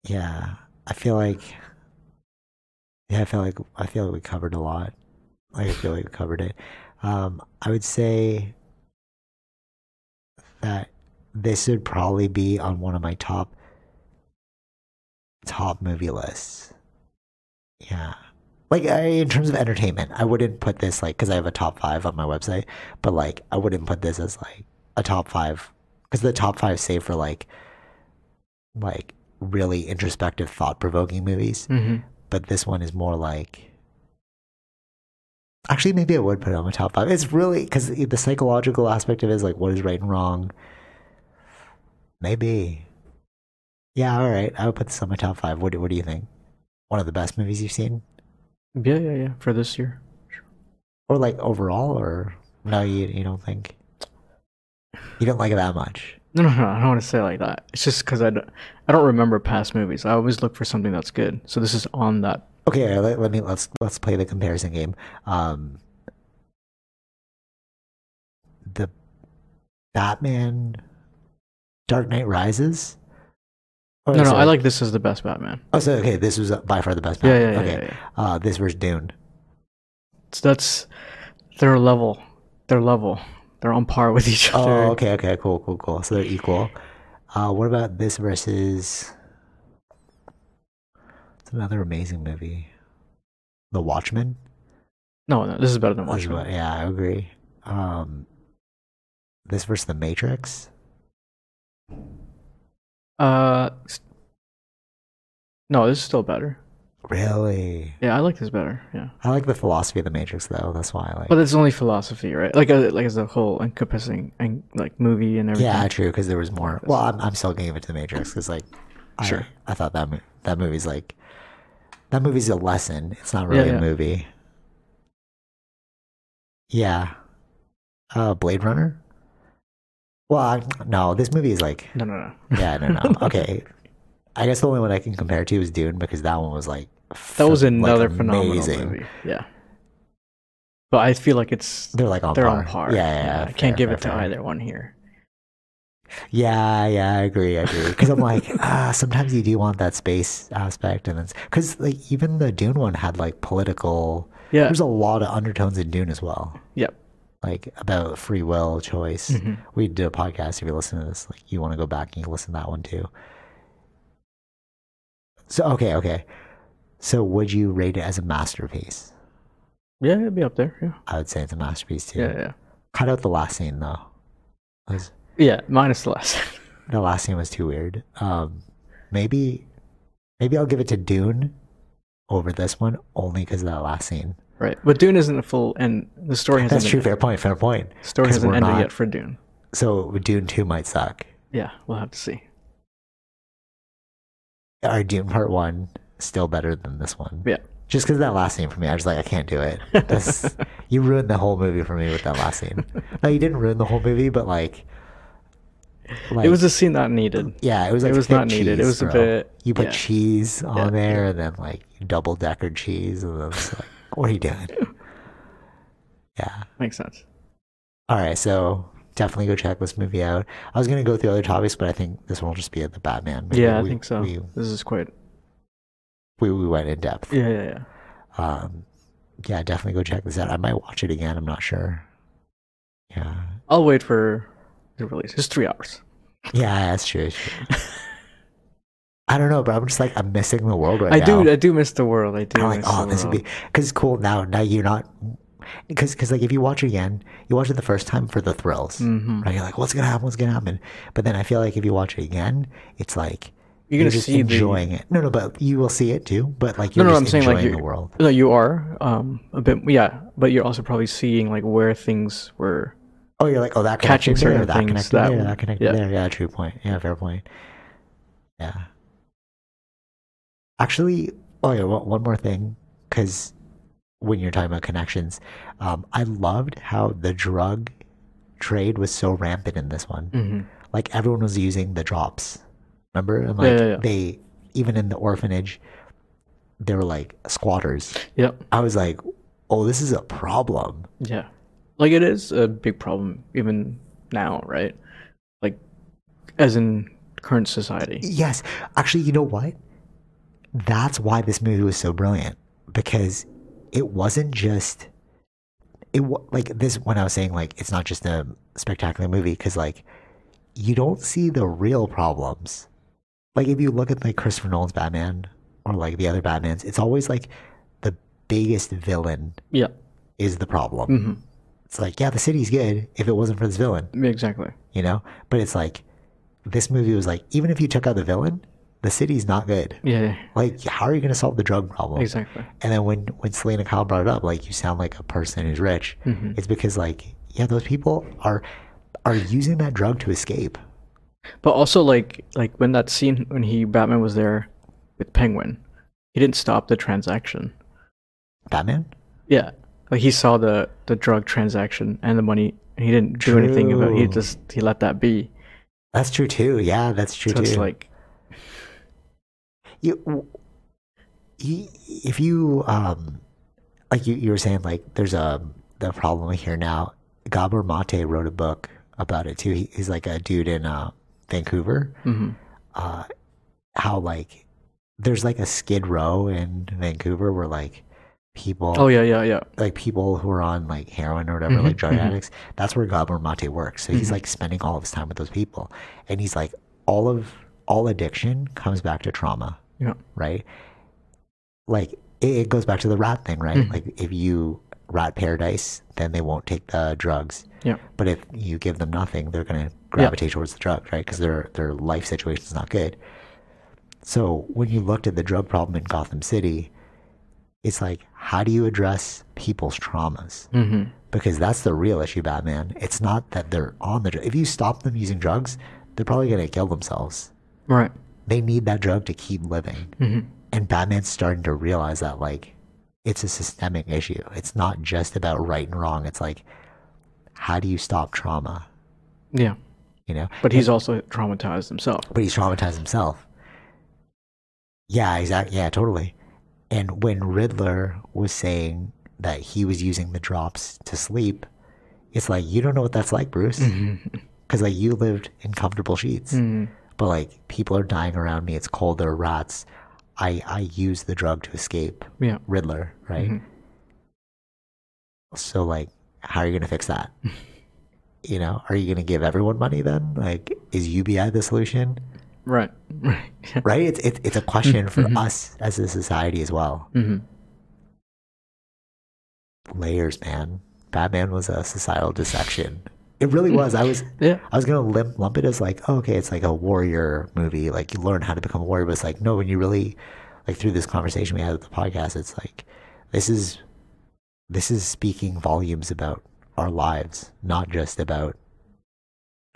S1: yeah. I feel like Yeah, I feel like I feel like we covered a lot. Like I feel like we covered it. Um I would say that this would probably be on one of my top top movie lists. Yeah. Like I, in terms of entertainment, I wouldn't put this like because I have a top five on my website, but like I wouldn't put this as like a top five because the top five save for like like really introspective, thought provoking movies.
S2: Mm-hmm.
S1: But this one is more like actually maybe I would put it on my top five. It's really because the psychological aspect of it is like what is right and wrong. Maybe. Yeah, all right. I would put this on my top five. What do, what do you think? One of the best movies you've seen?
S2: Yeah, yeah, yeah. For this year, [laughs]
S1: or like overall or no you, you don't think you don't like it that much
S2: no, no, no. I don't want to say it like that. It's just because I don't, I don't remember past movies. I always look for something that's good. So this is on that.
S1: okay let, let me let's let's play the comparison game um the batman dark knight rises Or
S2: No, no.
S1: sorry.
S2: I like this as the best Batman.
S1: oh so okay this was uh, by far the best
S2: Yeah,
S1: Batman.
S2: yeah, yeah.
S1: okay
S2: yeah, yeah.
S1: uh this was dune
S2: So that's their level. Their level. They're on par with each
S1: oh
S2: other.
S1: okay okay cool cool cool so they're equal uh what about this versus it's another amazing movie the watchmen
S2: No, no. This is better than
S1: This is
S2: Watchmen.
S1: what- yeah, I agree. Um, this versus the Matrix.
S2: Uh, s- no, this is still better.
S1: Really,
S2: Yeah, I like this better. Yeah,
S1: I like the philosophy of the Matrix though. That's why I like.
S2: but it's only philosophy, right? Like, a, like as a whole encompassing and like movie and everything.
S1: yeah, true. Because there was more. Well, I'm I'm still giving it to the Matrix because like, I,
S2: Sure.
S1: I thought that mo- that movie's like, that movie's a lesson. It's not really
S2: yeah.
S1: a movie. Yeah. Uh, Blade Runner. Well, I- no, this movie is like
S2: No, no, no.
S1: Yeah,
S2: [laughs]
S1: no, no. Okay. I guess the only one I can compare to is Dune because that one was like
S2: That was
S1: ph- like,
S2: another phenomenal
S1: amazing.
S2: movie. Yeah, but I feel like it's
S1: They're like on
S2: they're
S1: par.
S2: on par.
S1: Yeah, yeah, yeah.
S2: I can't
S1: fair,
S2: give
S1: fair,
S2: it to
S1: fair.
S2: either one here.
S1: Yeah, yeah, I agree, I agree. Because I'm like, [laughs] ah, sometimes you do want that space aspect, and it's because like even the Dune one had like political.
S2: Yeah,
S1: There's a lot of undertones in Dune as well,
S2: yep. Mm-hmm.
S1: like about free will, choice. We did a podcast. If you listen to this, like you want to go back and you listen to that one too. So okay, okay. So would you rate it as a masterpiece?
S2: Yeah, it'd be up there. Yeah,
S1: I would say it's a masterpiece too.
S2: yeah, yeah.
S1: Cut out the last scene though. 'cause
S2: Yeah, minus the last. [laughs]
S1: The last scene was too weird. Um, maybe, maybe I'll give it to Dune over this one only because of that last scene.
S2: right, but Dune isn't a full and the story hasn't.
S1: That's
S2: been-
S1: true. Fair point. Fair point.
S2: Story
S1: 'Cause
S2: hasn't
S1: we're
S2: ended
S1: not-
S2: yet for Dune.
S1: So Dune two might suck.
S2: Yeah, we'll have to see.
S1: Or Dune part one still better than this one.
S2: Yeah.
S1: Just because that last scene for me, I was like, I can't do it. That's,
S2: [laughs]
S1: you ruined the whole movie for me with that last scene. No, you didn't ruin the whole movie, but like, like
S2: it was a scene not needed.
S1: yeah, it was like
S2: it was
S1: thick
S2: not needed. It
S1: cheese,
S2: was a
S1: bro.
S2: bit.
S1: You put
S2: yeah.
S1: cheese on
S2: Yeah,
S1: there and then like double decker cheese and then it's like, what are you
S2: [laughs]
S1: doing? Yeah.
S2: Makes sense.
S1: All right. So definitely go check this movie out. I was going to go through other topics, but I think this one will just be at the Batman. Maybe
S2: yeah,
S1: we-
S2: I think so.
S1: We,
S2: This is quite.
S1: we, we went in depth.
S2: Yeah, yeah, yeah.
S1: Um, yeah, definitely go check this out. I might watch it again. I'm not sure. Yeah.
S2: I'll wait for the release. It's three hours.
S1: Yeah, that's true. that's true. [laughs] I don't know, but I'm just like, I'm missing the world right
S2: I
S1: now.
S2: do. I do miss the world. I do.
S1: I'm like,
S2: miss
S1: oh,
S2: the
S1: this would
S2: world.
S1: be because cool. Now, now you're not because because like if you watch it again, you watch it the first time for the thrills,
S2: Mhm.
S1: right? You're like, what's gonna happen? What's gonna happen? But then I feel like if you watch it again, it's like
S2: You're gonna
S1: just
S2: see the-
S1: enjoying it. No, no, but you will see it too. But like
S2: No,
S1: you're
S2: no.
S1: just
S2: I'm saying
S1: enjoying
S2: like you.
S1: the world.
S2: No, you are. Um, a bit. Yeah, but you're also probably seeing like where things were.
S1: Oh, you're like, oh, that
S2: Catching
S1: connected there,
S2: certain
S1: that
S2: things,
S1: connected
S2: that
S1: there,
S2: one.
S1: that connected
S2: Yeah.
S1: there. Yeah, true point. Yeah, fair point. Yeah. Actually, oh yeah, one one more thing, because when you're talking about connections, um, I loved how the drug trade was so rampant in this one.
S2: hmm
S1: Like everyone was using the drops, remember? And like
S2: yeah, yeah.
S1: they, even in the orphanage, they were like squatters.
S2: Yep.
S1: I was like, oh, this is a problem
S2: Yeah. like it is a big problem even now, right? Like, as in current society.
S1: Yes. Actually, you know what? That's why this movie was so brilliant because it wasn't just it wa- like this when I was saying like it's not just a spectacular movie because like you don't see the real problems. Like if you look at like Christopher Nolan's Batman or like the other Batmans, it's always like the biggest villain
S2: Yeah.
S1: is the problem.
S2: hmm
S1: It's like yeah, the city's good if it wasn't for this villain
S2: Exactly.
S1: you know but it's like this movie was like even if you took out the villain the city's not good
S2: Yeah.
S1: like how are you going to solve the drug problem
S2: Exactly.
S1: and then when when selena kyle brought it up like you sound like a person who's rich
S2: Mhm.
S1: it's because like yeah those people are are using that drug to escape
S2: But also, like, like when that scene when he Batman was there with Penguin, he didn't stop the transaction.
S1: batman
S2: Yeah, like he saw the the drug transaction and the money. and He didn't do anything about. He
S1: True.
S2: just he let that be.
S1: that's true too yeah that's true
S2: So it's
S1: too
S2: like
S1: you, w- you if you um like you, you were saying like there's a the problem here now gabor mate wrote a book about it too he, he's like a dude in uh vancouver
S2: mhm.
S1: uh how like there's like a skid row in vancouver where like people
S2: oh yeah yeah yeah
S1: like people who are on like heroin or whatever,
S2: Mhm,
S1: like drug
S2: mhm.
S1: addicts, that's where Gabor Mate works. So
S2: Mm-hmm.
S1: he's like spending all of his time with those people. And he's like, all of all addiction comes back to trauma.
S2: Yeah.
S1: Right? Like it, it goes back to the rat thing,
S2: Mm-hmm.
S1: right? Like if you rat paradise, then they won't take the drugs.
S2: yeah
S1: But if you give them nothing, they're going to gravitate towards the drug, right? Because their their life situation's not good. So when you looked at the drug problem in Gotham City, it's like how do you address people's traumas?
S2: hmm
S1: Because that's the real issue, Batman. It's not that they're on the drug. If you stop them using drugs, they're probably going to kill themselves.
S2: right
S1: They need that drug to keep living.
S2: hmm
S1: And Batman's starting to realize that like it's a systemic issue. It's not just about right and wrong. It's like how do you stop trauma?
S2: yeah.
S1: You know?
S2: But he's also traumatized himself.
S1: but he's traumatized himself. Yeah, exactly. Yeah, totally. And when Riddler was saying that he was using the drops to sleep, it's like you don't know what that's like, Bruce, because like you lived in comfortable sheets,
S2: Mm. Mm-hmm.
S1: but like people are dying around me. It's cold. There are rats. I I use the drug to escape
S2: Yeah.
S1: Riddler, right? So like, how are you gonna fix that? you know, are you gonna give everyone money then? Like, is UBI the solution?
S2: Right. [laughs] Right.
S1: right? It's it's it's a question for us as a society as well.
S2: Mhm.
S1: Layers, man. Batman was a societal dissection. It really was. I was
S2: Yeah.
S1: I was gonna limp, lump it as like, oh, okay, it's like a warrior movie. Like you learn how to become a warrior, but it's like no, when you really like through this conversation we had at the podcast, it's like this is this is speaking volumes about our lives, not just about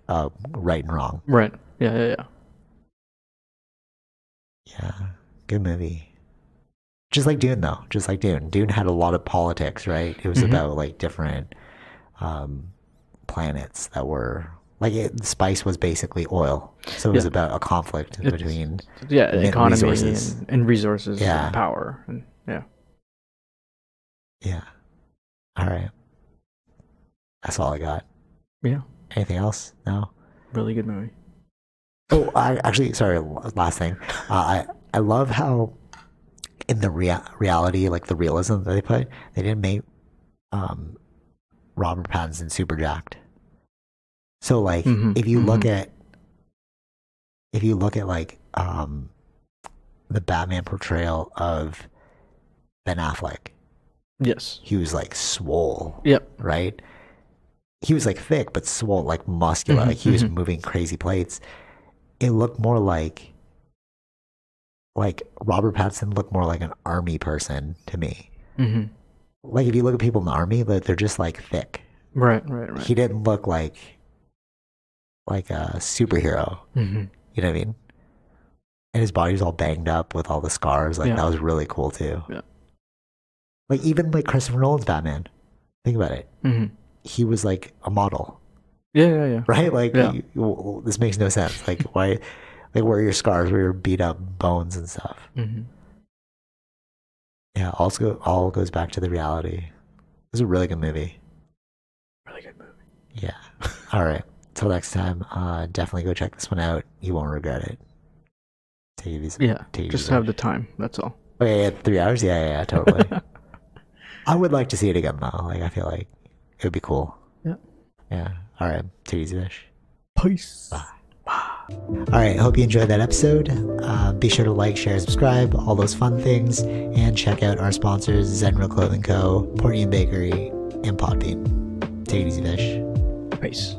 S1: uh, right and wrong.
S2: Right. Yeah. Yeah. Yeah.
S1: Yeah, good movie. Just like Dune, though. Just like Dune. Dune had a lot of politics, right? It was
S2: Mm-hmm.
S1: about like different um, planets that were like it, spice was basically oil, so it was
S2: Yeah.
S1: about a conflict between.
S2: Yeah.
S1: And
S2: economy
S1: resources.
S2: And, and resources
S1: Yeah.
S2: and power and yeah.
S1: Yeah. All right. That's all I got.
S2: Yeah.
S1: Anything else? No.
S2: Really good movie.
S1: Oh, I actually, sorry, l- last thing. Uh, I I love how in the rea- reality, like the realism that they put, they didn't make um, Robert Pattinson super jacked. So, like,
S2: Mhm,
S1: if you look at if you look at like um, the Batman portrayal of Ben Affleck,
S2: Yes.
S1: he was like swole,
S2: Yep.
S1: right? He was like thick but swole, like muscular.
S2: Mm-hmm,
S1: like he was moving crazy plates. It looked more like like Robert Pattinson looked more like an army person to me.
S2: hmm
S1: Like if you look at people in the army, like they're just like thick.
S2: Right. Right. Right.
S1: He didn't look like like a superhero.
S2: hmm
S1: You know what I mean? And his body was all banged up with all the scars. Like
S2: Yeah.
S1: that was really cool too.
S2: Yeah.
S1: Like even like Christopher Nolan's Batman. Think about it.
S2: hmm
S1: He was like a model.
S2: Yeah. Yeah. Yeah.
S1: [laughs] right? Like,
S2: Yeah.
S1: you- you- this makes no sense. Like, why? Like, where are your scars? Where are your beat up bones and stuff?
S2: hmm
S1: Yeah, also all goes back to the reality. It was a really good movie. Yeah. [laughs] All right. Till next time, uh, definitely go check this one out. You won't regret it. Take it easy.
S2: Yeah,
S1: Take it
S2: just
S1: easy.
S2: have the time. That's all.
S1: Oh, yeah, yeah, three hours. Yeah, yeah, yeah,
S2: [laughs]
S1: totally. I would like to see it again though. Like I feel like it would be cool.
S2: Yeah.
S1: Yeah. All right. Take it easy, Vish.
S2: Peace.
S1: All right, hope you enjoyed that episode. Uh, be sure to like, share, subscribe, all those fun things, and check out our sponsors, Zenro Clothing Co., Portian Bakery, and Podbean. Take it easy, Vish.
S2: Peace.